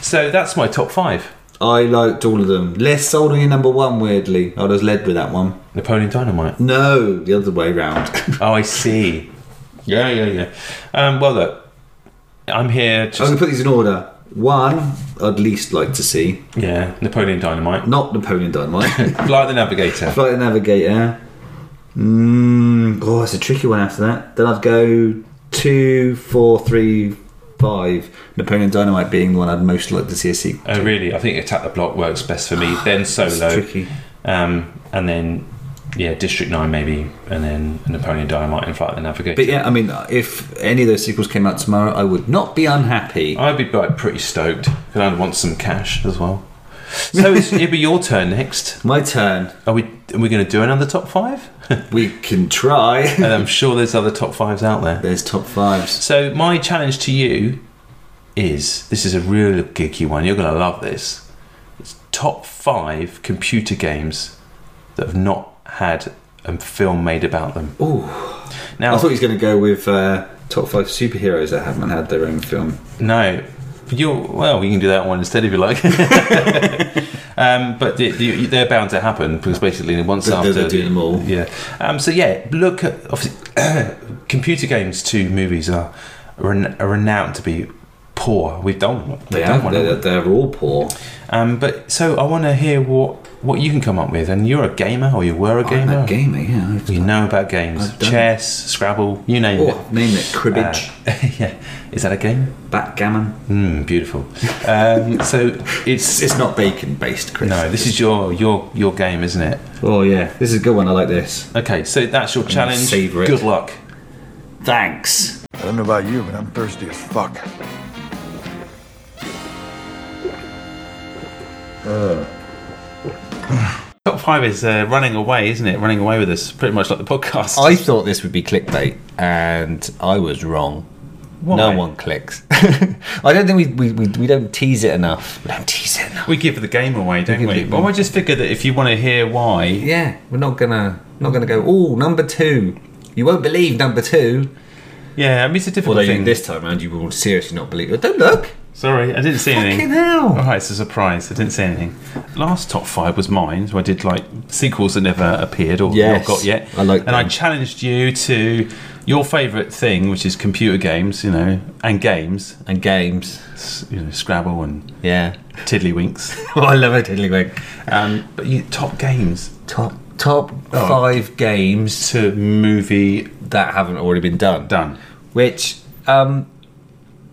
B: So that's my top five.
A: I liked all of them. Less sold on your number one, weirdly. I was led with that one.
B: Napoleon Dynamite.
A: No, the other way round.
B: Oh, I see. Yeah, yeah, yeah. Um, well, look, I'm here.
A: I'm
B: Just,
A: going to put these in order. One, I'd least like to see.
B: yeah, Napoleon Dynamite.
A: Not Napoleon Dynamite.
B: Flight of the Navigator.
A: Flight Navigator. Mm, oh, it's a tricky one after that. Then I'd go two, four, three, five. Napoleon Dynamite being the one I'd most like to see a sequel.
B: Oh, really? I think Attack the Block works best for me. Then
A: It's
B: Solo.
A: tricky.
B: Um, and then, yeah, District 9 maybe, and then Napoleon Dynamite and Flight of the Navigator.
A: But yeah, I mean, if any of those sequels came out tomorrow, I would not be unhappy.
B: I'd be like, pretty stoked, because I'd want some cash as well. So it's, it'll be your turn next.
A: My turn.
B: Are we are we going to do another top five? and
A: We can try.
B: I'm sure there's other top fives out there.
A: There's top fives.
B: So my challenge to you is this is a real geeky one. You're going to love this. It's top five computer games that have not had a film made about them. Ooh. Now
A: I thought he was going to go with uh, top five superheroes that haven't had their own film.
B: No, you well, we can do that one instead if you like. um, but the, the, they're bound to happen because basically once
A: They're-
B: after
A: they're doing them all.
B: Yeah. Um, so yeah, look at obviously, computer games to movies are, ren- are renowned to be poor. We've done one.
A: They
B: We've done
A: have.
B: one,
A: They're,
B: haven't
A: they're all poor.
B: we? Um, but so I want to hear what what you can come up with, and you're a gamer or you were a
A: I'm
B: gamer.
A: a gamer, yeah.
B: You know about games,
A: I've done-
B: chess, Scrabble, you name
A: Oh, name it.
B: it. Uh,
A: Cribbage.
B: yeah, is that a game?
A: Uh, backgammon.
B: Mm, beautiful. Um, so it's,
A: It's not bacon based, Chris.
B: no, this is your your your game, isn't it?
A: Oh, yeah. This is a good one. I like this.
B: Okay, so that's your challenge.
A: savour it.
B: Good luck.
A: Thanks.
I: I don't know about you, but I'm thirsty as fuck.
B: Top five is uh, running away, isn't it? Running away with us, pretty much like the podcast.
A: I thought this would be clickbait, and I was wrong. No
B: Why?
A: one clicks. I don't think we, we, we, we don't tease it enough. We don't tease it enough.
B: we give the game away, don't
A: give
B: we?
A: it-
B: Well, I just figured that if you want to hear why,
A: Yeah, we're not gonna not gonna go. Oh, number two. You won't believe number two.
B: yeah, I mean it's a difficult
A: Although
B: thing.
A: you, this time around, you will seriously not believe it. Don't look.
B: Sorry, I didn't see
A: Fucking
B: anything.
A: hell.
B: All right, it's a surprise. I didn't see anything. Last top five was mine, so I did like sequels that never appeared or
A: Yes,
B: not got yet.
A: I like
B: And I
A: them.
B: challenged you to your favourite thing, which is computer games, you know, and games,
A: And games.
B: s- you know, Scrabble and
A: Yeah.
B: Tiddlywinks.
A: Oh, I love it. Anyway,
B: um, but you, top games
A: top top five games
B: to movie
A: that haven't already been done.
B: done.
A: Which um,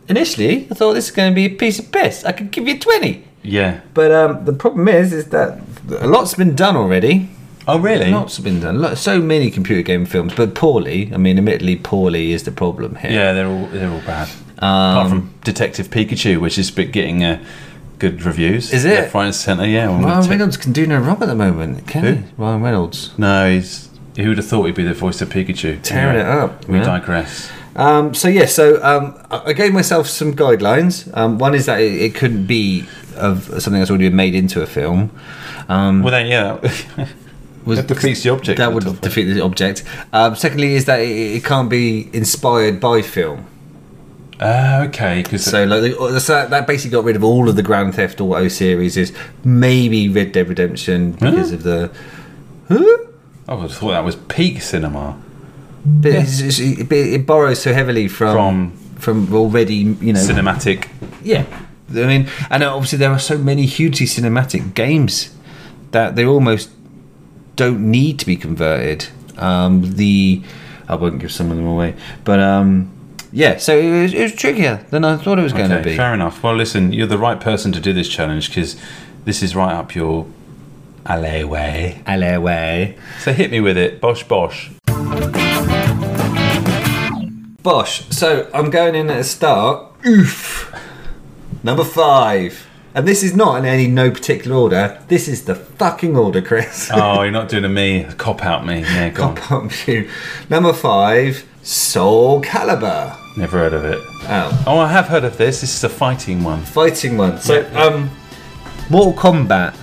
A: initially I thought this is going to be a piece of piss. I could give you twenty,
B: Yeah.
A: but um, the problem is, is that a lot's been done already.
B: Oh, really?
A: Lots have been done. Lo- So many computer game films, but poorly. I mean, admittedly, poorly is the problem here.
B: Yeah, they're all they're all bad.
A: Um,
B: Apart from Detective Pikachu, which is bit getting uh, good reviews.
A: Is it?
B: Left, right, and centre. Yeah. on
A: Ryan
B: Detec-
A: Reynolds can do no wrong at the moment, can
B: Who?
A: he? Ryan Reynolds.
B: No, he's. Who would have thought he'd be the voice of Pikachu?
A: Tearing
B: Anyway,
A: it up,
B: We
A: man.
B: digress.
A: Um, so yeah, so um, I I gave myself some guidelines. Um, one is that it, it couldn't be of something that's already been made into a film. Um,
B: Well, then, yeah.
A: was-
B: that defeats the object
A: That
B: of
A: would
B: the film.
A: defeat the object. Um, secondly, is that it, it can't be inspired by film.
B: Uh, okay, because
A: So like the- uh, so that, that basically got rid of all of the Grand Theft Auto series. Is maybe Red Dead Redemption because
B: Huh?
A: of the. Huh?
B: I would have thought that was peak cinema.
A: But it's, it's, it, it borrows so heavily from, from already you know
B: Cinematic.
A: yeah. I mean, and obviously there are so many hugely cinematic games that they're almost don't need to be converted. Um, the I won't give some of them away, but um, yeah. So it was, it was trickier than I thought it was going to be.
B: Fair enough. Well, listen, you're the right person to do this challenge because this is right up your alleyway.
A: Alleyway.
B: So hit me with it. Bosh, bosh.
A: Bosh. So I'm going in at the start. Oof. Number five. And this is not in any no particular order. This is the fucking order, Chris.
B: Oh, you're not doing a me. Cop out me. Yeah, go on.
A: Cop out you. Number five, Soul Calibur.
B: Never heard of it.
A: Oh.
B: Oh, I have heard of this. This is a fighting one.
A: Fighting one. So, um, Mortal Kombat,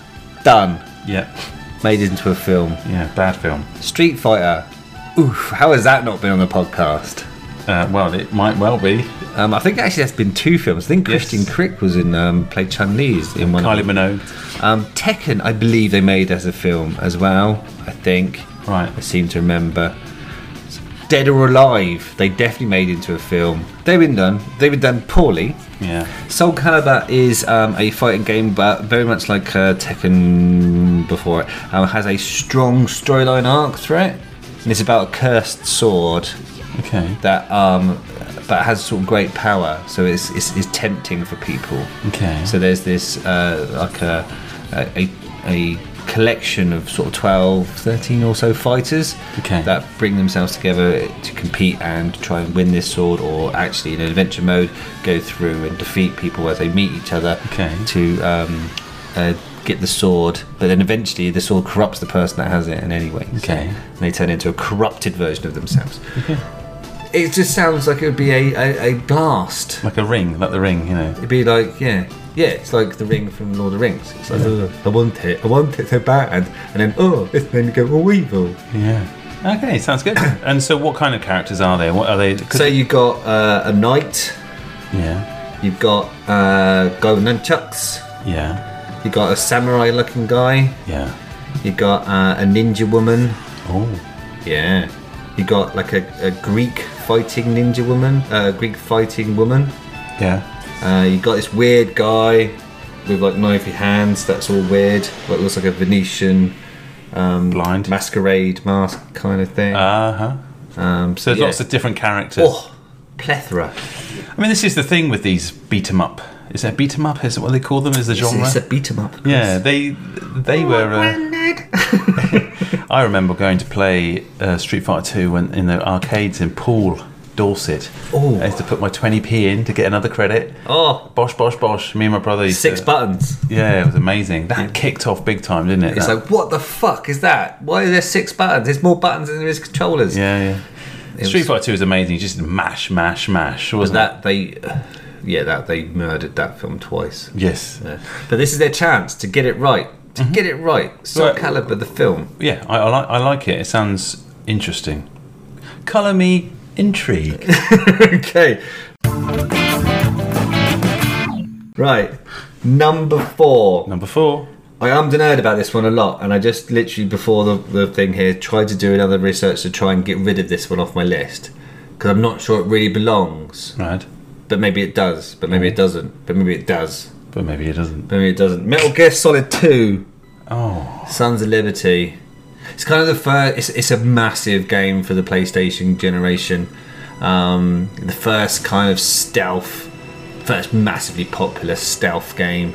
A: done.
B: Yeah.
A: Made into a film.
B: Yeah, bad film.
A: Street Fighter. Oof, how has that not been on the podcast?
B: Uh, well, it might well be.
A: Um, I think actually that's been two films. I think Christian Crick was in um, played Chun Li's in one.
B: Kylie
A: of them.
B: Minogue.
A: Um, Tekken, I believe they made as a film as well. I think.
B: Right.
A: I seem to remember. Dead or Alive, they definitely made into a film. They've been done. They've been done poorly.
B: Yeah.
A: Soul Calibur is um, a fighting game, but very much like uh, Tekken before it, um, has a strong storyline arc through it. And it's about a cursed sword
B: Okay.
A: that um, that has sort of great power, so it's, it's, it's tempting for people.
B: Okay.
A: So there's this uh, like a, a a collection of sort of 12, 13 or so fighters
B: Okay.
A: that bring themselves together to compete and try and win this sword, or actually in adventure mode go through and defeat people as they meet each other
B: Okay.
A: to um, uh, get the sword. But then eventually the sword corrupts the person that has it, and anyway, so-
B: Okay.
A: and they turn into a corrupted version of themselves. It just sounds like it would be a, a, a blast.
B: Like a ring, like the ring, you know.
A: It'd be like, yeah, yeah, it's like the ring from Lord of the Rings. It's like, "Ugh, I want it, I want it so bad. And then, oh, it's made me go, oh, evil.
B: Yeah. Okay, sounds good. and so, what kind of characters are they? What are they? 'cause-
A: So you've got uh, a knight,
B: yeah.
A: you've got uh, a guy with nunchucks,
B: Yeah.
A: you've got a samurai looking guy,
B: Yeah.
A: you've got uh, a ninja woman,
B: Oh.
A: yeah. You got like a, a Greek fighting ninja woman, uh, Greek fighting woman.
B: Yeah.
A: Uh, you got this weird guy with like knifey hands. That's all weird. What looks like a Venetian um,
B: Blind.
A: masquerade mask kind of thing.
B: Uh huh.
A: um,
B: So, there's
A: yeah.
B: lots of different characters.
A: oh, plethora.
B: I mean, this is the thing with these beat 'em up. Is that beat 'em up? Is that what they call them? Is the
A: It's,
B: genre?
A: it's Oh, a beat 'em up. Chris.
B: yeah, they they were. Uh, I remember going to play uh, Street Fighter Two when in the arcades in Poole, Dorset.
A: Ooh.
B: I used to put my twenty p in to get another credit.
A: Oh,
B: Bosh, bosh, bosh. Me and my brother used
A: six
B: to,
A: buttons.
B: uh, Yeah, it was amazing. That kicked off big time, didn't it?
A: It's
B: That-
A: like what the fuck is that? Why are there six buttons? There's more buttons than there is controllers.
B: yeah, yeah.
A: was-
B: Street Fighter Two is amazing. You just mash, mash, mash.
A: But
B: Wasn't
A: that they, yeah, that they murdered that film twice.
B: it? Yes.
A: Yeah. But this is their chance to get it right. To get it right. Soul
B: Mm-hmm. Right.
A: Calibur, the film.
B: Yeah, I, I like I like it. It sounds interesting. Color me intrigue.
A: okay. Right. Number four.
B: Number four.
A: I am nerd about this one a lot, and I just literally before the, the thing here tried to do another research to try and get rid of this one off my list because I'm not sure it really belongs.
B: Right.
A: But maybe it does. But maybe it doesn't. But maybe it does.
B: But maybe it doesn't.
A: Maybe it doesn't. Metal Gear Solid Two.
B: Oh.
A: Sons of Liberty. It's kind of the first. It's, it's a massive game for the PlayStation generation. Um, the first kind of stealth, first massively popular stealth game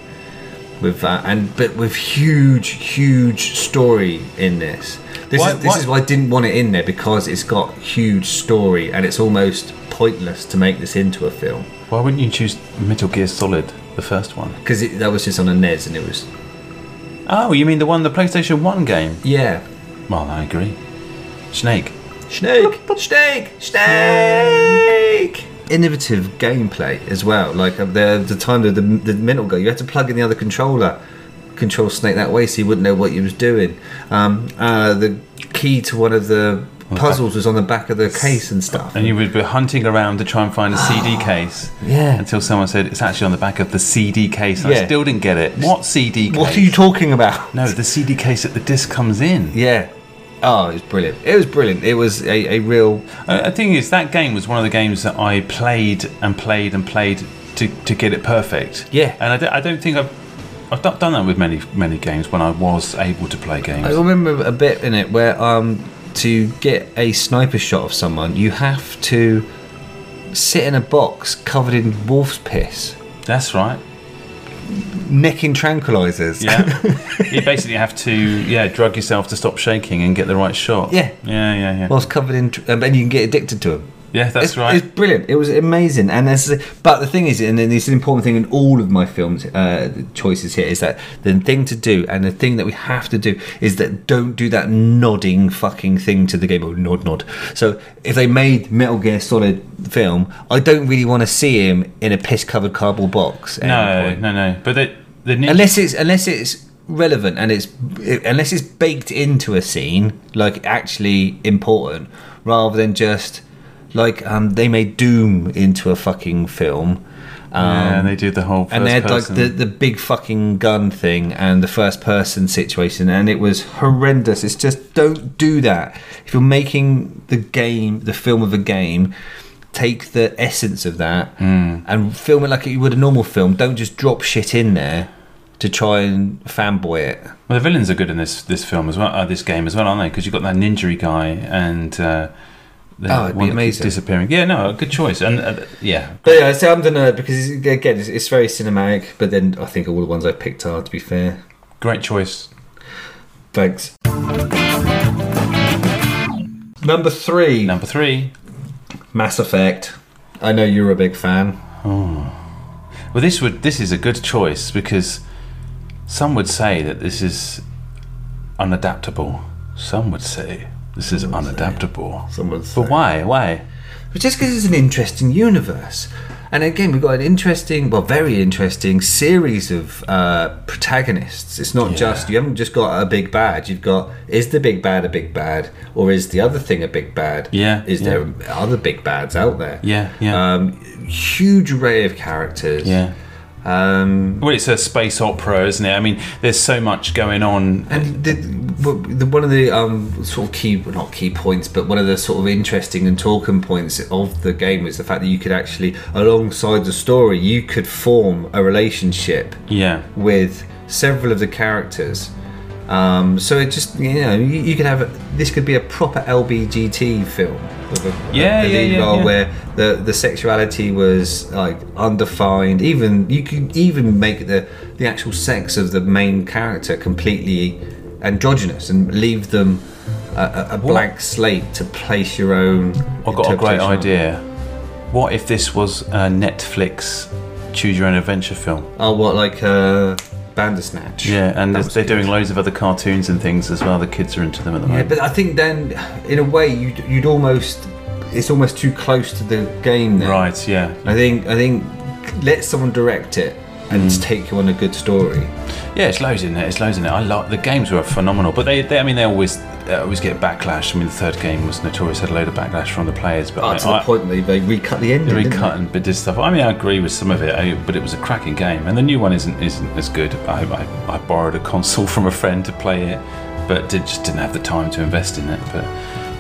A: with uh, and but with huge, huge story in this. This
B: Why-
A: is this
B: why-
A: is why I didn't want it in there because it's got huge story and it's almost pointless to make this into a film
B: Why wouldn't you choose Metal Gear Solid, the first one?
A: because that was just on a NES and it was
B: Oh, you mean the one, the PlayStation One game?
A: yeah
B: Well, I agree. Snake.
A: Snake! Snake! Snake! Innovative gameplay as well. Like uh, the the time that the the mental go, you had to plug in the other controller, control Snake that way, so you wouldn't know what you was doing. Um, uh, the key to one of the puzzles was on the back of the case and stuff.
B: And you would be hunting around to try and find a CD case.
A: Yeah.
B: Until someone said it's actually on the back of the CD case. And I
A: Yeah.
B: still didn't get it. What CD case?
A: What are you talking about?
B: No, the CD case that the disc comes in.
A: Yeah. Oh, it was brilliant. It was brilliant. It was a, a real
B: Uh, The thing is, that game was one of the games that I played and played and played to, to get it perfect.
A: Yeah.
B: And I, d- I don't think I've I've done done that with many many games when I was able to play games.
A: I remember a bit in it where um, to get a sniper shot of someone, you have to sit in a box covered in wolf's piss.
B: That's right.
A: Necking tranquilizers.
B: Yeah. you basically have to yeah drug yourself to stop shaking and get the right shot.
A: Yeah.
B: Yeah, yeah, yeah.
A: Whilst covered in, tr- um, and you can get addicted to them.
B: yeah, that's
A: it's,
B: right.
A: It's brilliant. It was amazing. And this is- but the thing is, and then it's an important thing in all of my films uh, choices here is that the thing to do and the thing that we have to do is that don't do that nodding fucking thing to the game. Oh, nod, nod. So if they made Metal Gear Solid film, I don't really want to see him in a piss covered cardboard box. at any
B: no,
A: point.
B: no, no. But the the ninja
A: unless it's unless it's relevant and it's unless it's baked into a scene like actually important rather than just like um they made doom into a fucking film um,
B: Yeah, and they did the whole
A: and they had
B: first
A: like the,
B: person.
A: the big fucking gun thing and the first person situation and it was horrendous it's just don't do that if you're making the game the film of a game take the essence of that and film it like you would a normal film don't just drop shit in there to try and fanboy it
B: Well, the villains are good in this this film as well, uh, this game as well, aren't they? Because you've got that ninja guy and uh, the
A: Oh, it'd be
B: one that keeps
A: amazing.
B: disappearing. Yeah, no, a good choice. And uh, yeah,
A: but yeah so i'm the nerd because it's- again it's, it's very cinematic but then i think all the ones i picked are to be fair
B: great choice
A: thanks Number three.
B: Number three.
A: Mass Effect. I know you're a big fan.
B: Oh. Well, this would this is a good choice because some would say that this is unadaptable. Some would say this is unadaptable.
A: Some would
B: But why? Why?
A: But just because it's an interesting universe. And again, we've got an interesting, well, very interesting series of uh, protagonists. It's not just, you haven't just got a big bad. You've got, is the big bad a big bad? Or is the other thing a big bad?
B: Yeah,
A: Is
B: yeah.
A: there other big bads out there?
B: Yeah, yeah.
A: Um, huge array of characters.
B: Yeah.
A: Um,
B: well, it's a space opera, isn't it? I mean, there's so much going on.
A: And the, the, one of the um, sort of key, well, not key points, but one of the sort of interesting and talking points of the game was the fact that you could actually, alongside the story, you could form a relationship
B: Yeah.
A: with several of the characters. Um, so it just, you know, you, you could have a, this could be a proper LBGT film. With a,
B: Yeah,
A: a
B: yeah,
A: lead
B: yeah,
A: role
B: yeah.
A: Where the, the sexuality was like undefined. Even you could even make the the actual sex of the main character completely androgynous and leave them a, a, a blank slate to place your own.
B: I've got a
A: interpretation
B: great
A: on.
B: idea. What if this was a Netflix choose your own adventure film?
A: Oh, what like uh, Bandersnatch?
B: Yeah, and
A: That
B: there's-
A: was
B: they're doing loads of other cartoons and things as well. The kids are into them at the
A: Yeah,
B: moment.
A: but I think then, in a way, you'd, you'd almost it's almost too close to the game. Then.
B: Right. Yeah.
A: I think I think let someone direct it and
B: Mm.
A: take you on a good story.
B: Yeah, it's loads in there. It's loads in there. I love the games were phenomenal, but they, they I mean, they always they always get backlash. I mean, the third game was notorious had a load of backlash from the players, but
A: Oh,
B: I,
A: to the
B: I-
A: point they they recut the ending.
B: they
A: didn't
B: recut and did stuff. I mean, I agree with some of it, I, but it was a cracking game, and the new one isn't isn't as good. I, I, I borrowed a console from a friend to play it, but did, just didn't have the time to invest in it. But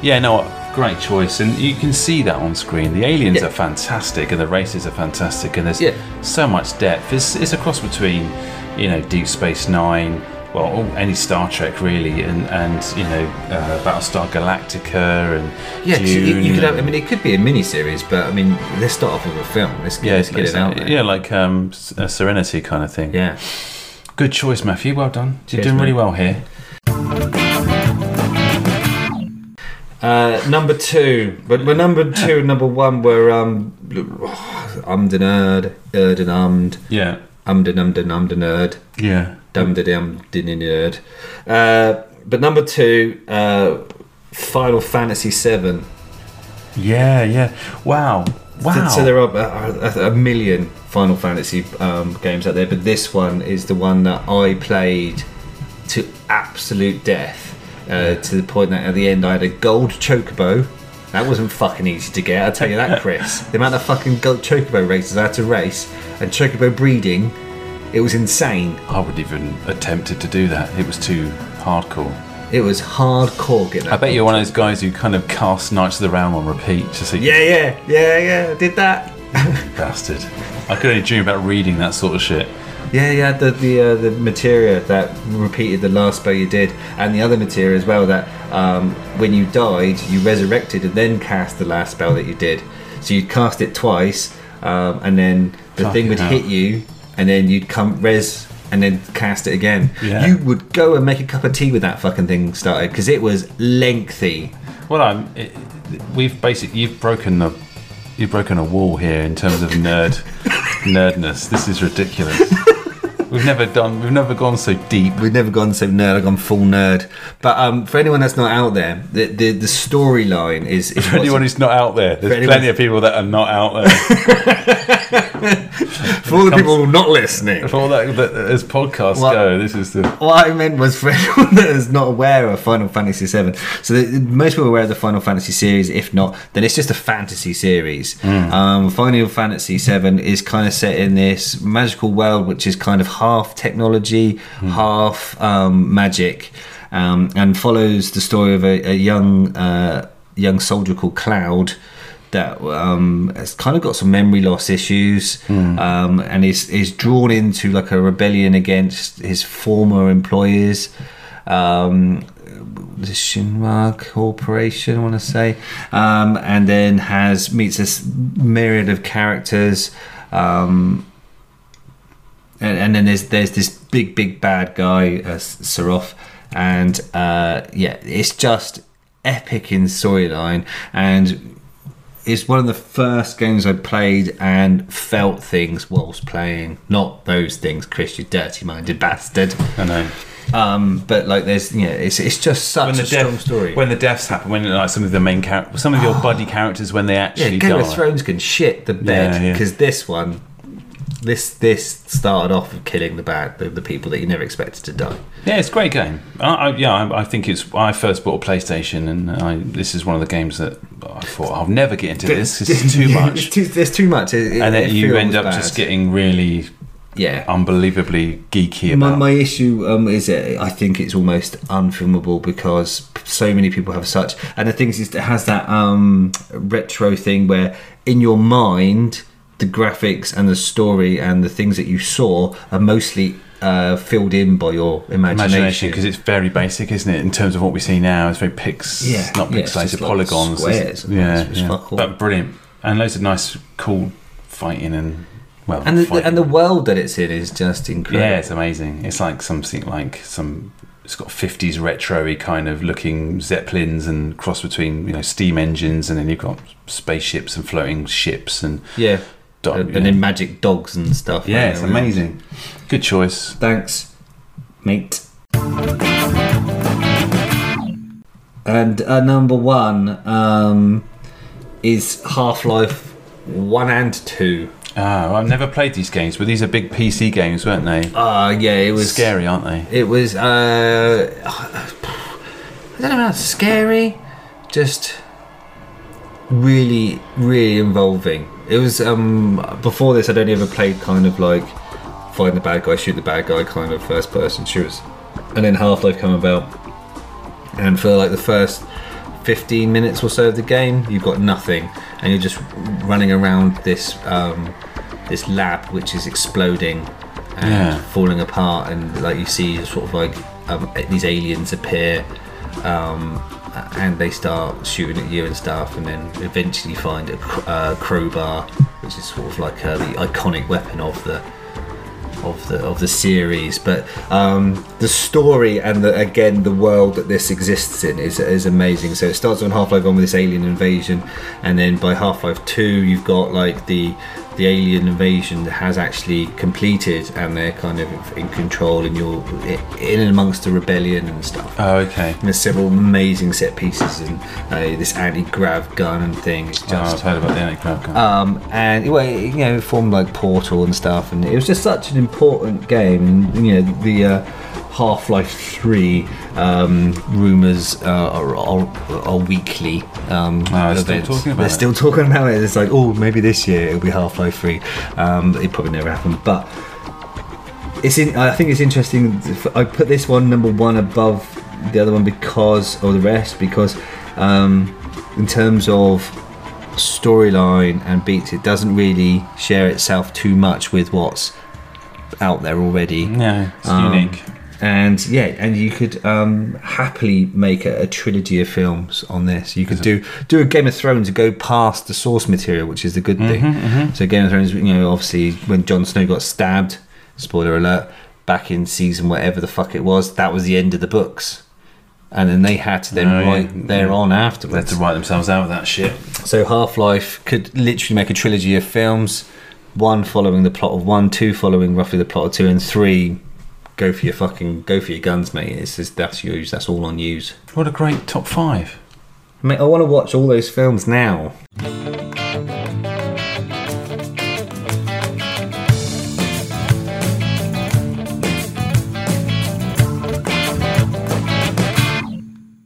B: yeah, no, great choice, and you can see that on screen. The aliens are fantastic, and the races are fantastic, and there's so much depth. It's it's a cross between, you know, Deep Space Nine. Well, all- any Star Trek really, and, and you know, uh, Battlestar Galactica and
A: Yeah, 'cause you,
B: Dune
A: you could have. I
B: and-
A: mean, it could be a mini series, but I mean, let's start off with a film. Let's,
B: yeah,
A: let's get
B: it's-
A: it out there.
B: Yeah, like um, S- uh, Serenity kind of thing.
A: Yeah.
B: Good choice, Matthew. Well done. You're
A: Cheers,
B: doing
A: mate.
B: really well here.
A: Uh, number two, but but number two and number one were um, um the nerd, erd and ummed.
B: Yeah.
A: Um de num de num de nerd.
B: Yeah.
A: Dum de dum de de nerd. Uh, but number two, uh, Final Fantasy VII.
B: Yeah, yeah. Wow. Wow.
A: So, so there are uh, a, a, a million Final Fantasy um, games out there, but this one is the one that I played to absolute death. Uh, to the point that at the end I had a gold chocobo. That wasn't fucking easy to get, I'll tell you that, Chris. the amount of fucking gold chocobo races I had to race and chocobo breeding, it was insane.
B: I would even attempted to do that. It was too hardcore.
A: It was hardcore getting that.
B: I bet you're one of those guys who kind of cast Knights of the Realm on repeat to see.
A: Yeah, yeah, yeah, yeah, did that.
B: Bastard. I could only dream about reading that sort of shit.
A: Yeah, yeah, the the uh, the materia that repeated the last spell you did, and the other materia as well that um, when you died, you resurrected and then cast the last spell that you did. So you'd cast it twice, um, and then the
B: Fucking
A: thing would
B: hell.
A: hit you, and then you'd come res and then cast it again.
B: Yeah.
A: You would go and make a cup of tea with that fucking thing started because it was lengthy.
B: Well, I'm. It, we've basically you've broken the you've broken a wall here in terms of nerd nerdness. This is ridiculous. We've never done. We've never gone so deep.
A: We've never gone so nerd. I've gone full nerd. But um, for anyone that's not out there, the the, the storyline is, is
B: For
A: what's-
B: anyone who's not out there,
A: For
B: there's
A: anyone-
B: plenty of people that are not out there.
A: for all the people not listening.
B: For all that, that as podcasts
A: Well-
B: go, this is the
A: What I meant was for anyone that is not aware of Final Fantasy VII. So the, most people are aware of the Final Fantasy series. If not, then it's just a fantasy series.
B: Hmm.
K: Mm.
A: Um, Final Fantasy VII is kind of set in this magical world, which is kind of half technology,
B: Hmm.
A: half um, magic, um, and follows the story of a, a young uh, young soldier called Cloud. That um, has kind of got some memory loss issues, um, and is is drawn into like a rebellion against his former employers, um, the Shinra Corporation, I want to say, um, and then has meets this myriad of characters, um, and, and then there's there's this big big bad guy, uh, Seraph, and uh, yeah, it's just epic in storyline and it's one of the first games I played and felt things whilst playing. Not those things, Chris, you dirty-minded bastard.
B: I know.
A: Um, but like, there's yeah, it's it's just such
B: when
A: a
B: the
A: strong
B: death-
A: story. Ah.
B: When the deaths happen, when like some of the main characters, some of your buddy characters, when they
A: yeah,
B: actually
A: Game
B: die.
A: of Thrones can shit the bed
B: yeah.
A: because this one, this this started off with killing the bad the, the people that you never expected to die.
B: Yeah, it's a great game. I, I, yeah, I, I think it's. I first bought a PlayStation, and I, this is one of the games that I thought I'll never get into this. This is too much,
A: It's too, there's too much, It- it-
B: and
A: it
B: then you
A: feels
B: end up
A: bad.
B: just getting really,
A: yeah,
B: unbelievably geeky about.
A: My, my issue um, is that I think it's almost unfilmable because so many people have such. And the thing is, it has that um, retro thing where in your mind, the graphics and the story and the things that you saw are mostly uh, filled in by your imagination.
B: Imagination, because it's very basic, isn't it? In terms of what we see now, it's very pix,
A: Yeah,
B: not
A: yeah, it's
B: pixelated,
A: just like
B: polygons,
A: squares and
B: yeah,
A: it's- oh. it's
B: yeah.
A: fuck all.
B: but brilliant, and loads of nice, cool fighting and well,
A: And the,
B: fighting.
A: and the world that it's in is just incredible.
B: Yeah, it's amazing. It's like something like some. It's got fifties retro-y kind of looking zeppelins and cross between you know steam engines, and then you've got spaceships and floating ships and
A: Yeah.
B: Do-
A: and
B: yeah.
A: then magic dogs and stuff.
B: Yeah,
A: aren't
B: it's
A: they?
B: amazing. Good choice.
A: Thanks, mate. And uh, number one um, is Half Life 1 and 2.
B: Ah, well, I've never played these games, but these are big PC games, weren't they?
A: Ah, yeah, it was
B: scary, aren't they?
A: It was, uh, I don't know, not scary, just really, really involving. It was, um, before this, I'd only ever played kind of like find the bad guy, shoot the bad guy kind of first person shooters. And then Half Life come about, and for like the first 15 minutes or so of the game you've got nothing and you're just running around this um, this lab which is exploding and
B: Yeah.
A: falling apart and like you see sort of like um, these aliens appear um, and they start shooting at you and stuff and then eventually find a cr- uh, crowbar which is sort of like uh, the iconic weapon of the of the of the series. But um, the story and the, again the world that this exists in is is amazing. So it starts on Half Life One with this alien invasion, and then by Half Life Two you've got like the the alien invasion has actually completed, and they're kind of in control, and you're in and amongst the rebellion and stuff.
B: Oh, okay.
A: And there's several amazing set pieces, and uh, this anti-grav gun and thing. It's just
B: Oh, I've heard about the anti-grav gun.
A: um, and well, it, you know, it formed like Portal and stuff, and it was just such an important game. And you know, the uh, Half Life Three um, rumors uh, are, are, are weekly. Um,
B: Oh, they're still
A: events.
B: talking about
A: They're
B: it.
A: still talking about it. It's like, oh, maybe this year it'll be Half Life Three. Um, but it probably never happened, but. It's in, I think it's interesting. I put this one number one above the other one because, or the rest, because um, in terms of storyline and beats, it doesn't really share itself too much with what's out there already.
B: No, it's unique.
A: And yeah, and you could um, happily make a, a trilogy of films on this. You could do do a Game of Thrones and go past the source material, which is the good thing.
B: Mhm, mhm.
A: So Game of Thrones, you know, obviously when Jon Snow got stabbed, spoiler alert, back in season whatever the fuck it was, that was the end of the books. And then they had to then
B: Oh, yeah.
A: write their on afterwards.
B: They had to write themselves out of that shit.
A: So Half Life could literally make a trilogy of films, one following the plot of one, two following roughly the plot of two, and three go for your fucking go for your guns, mate. It's just, that's yours. That's all on use.
B: What a great top five.
A: Mate, I want to watch all those films now.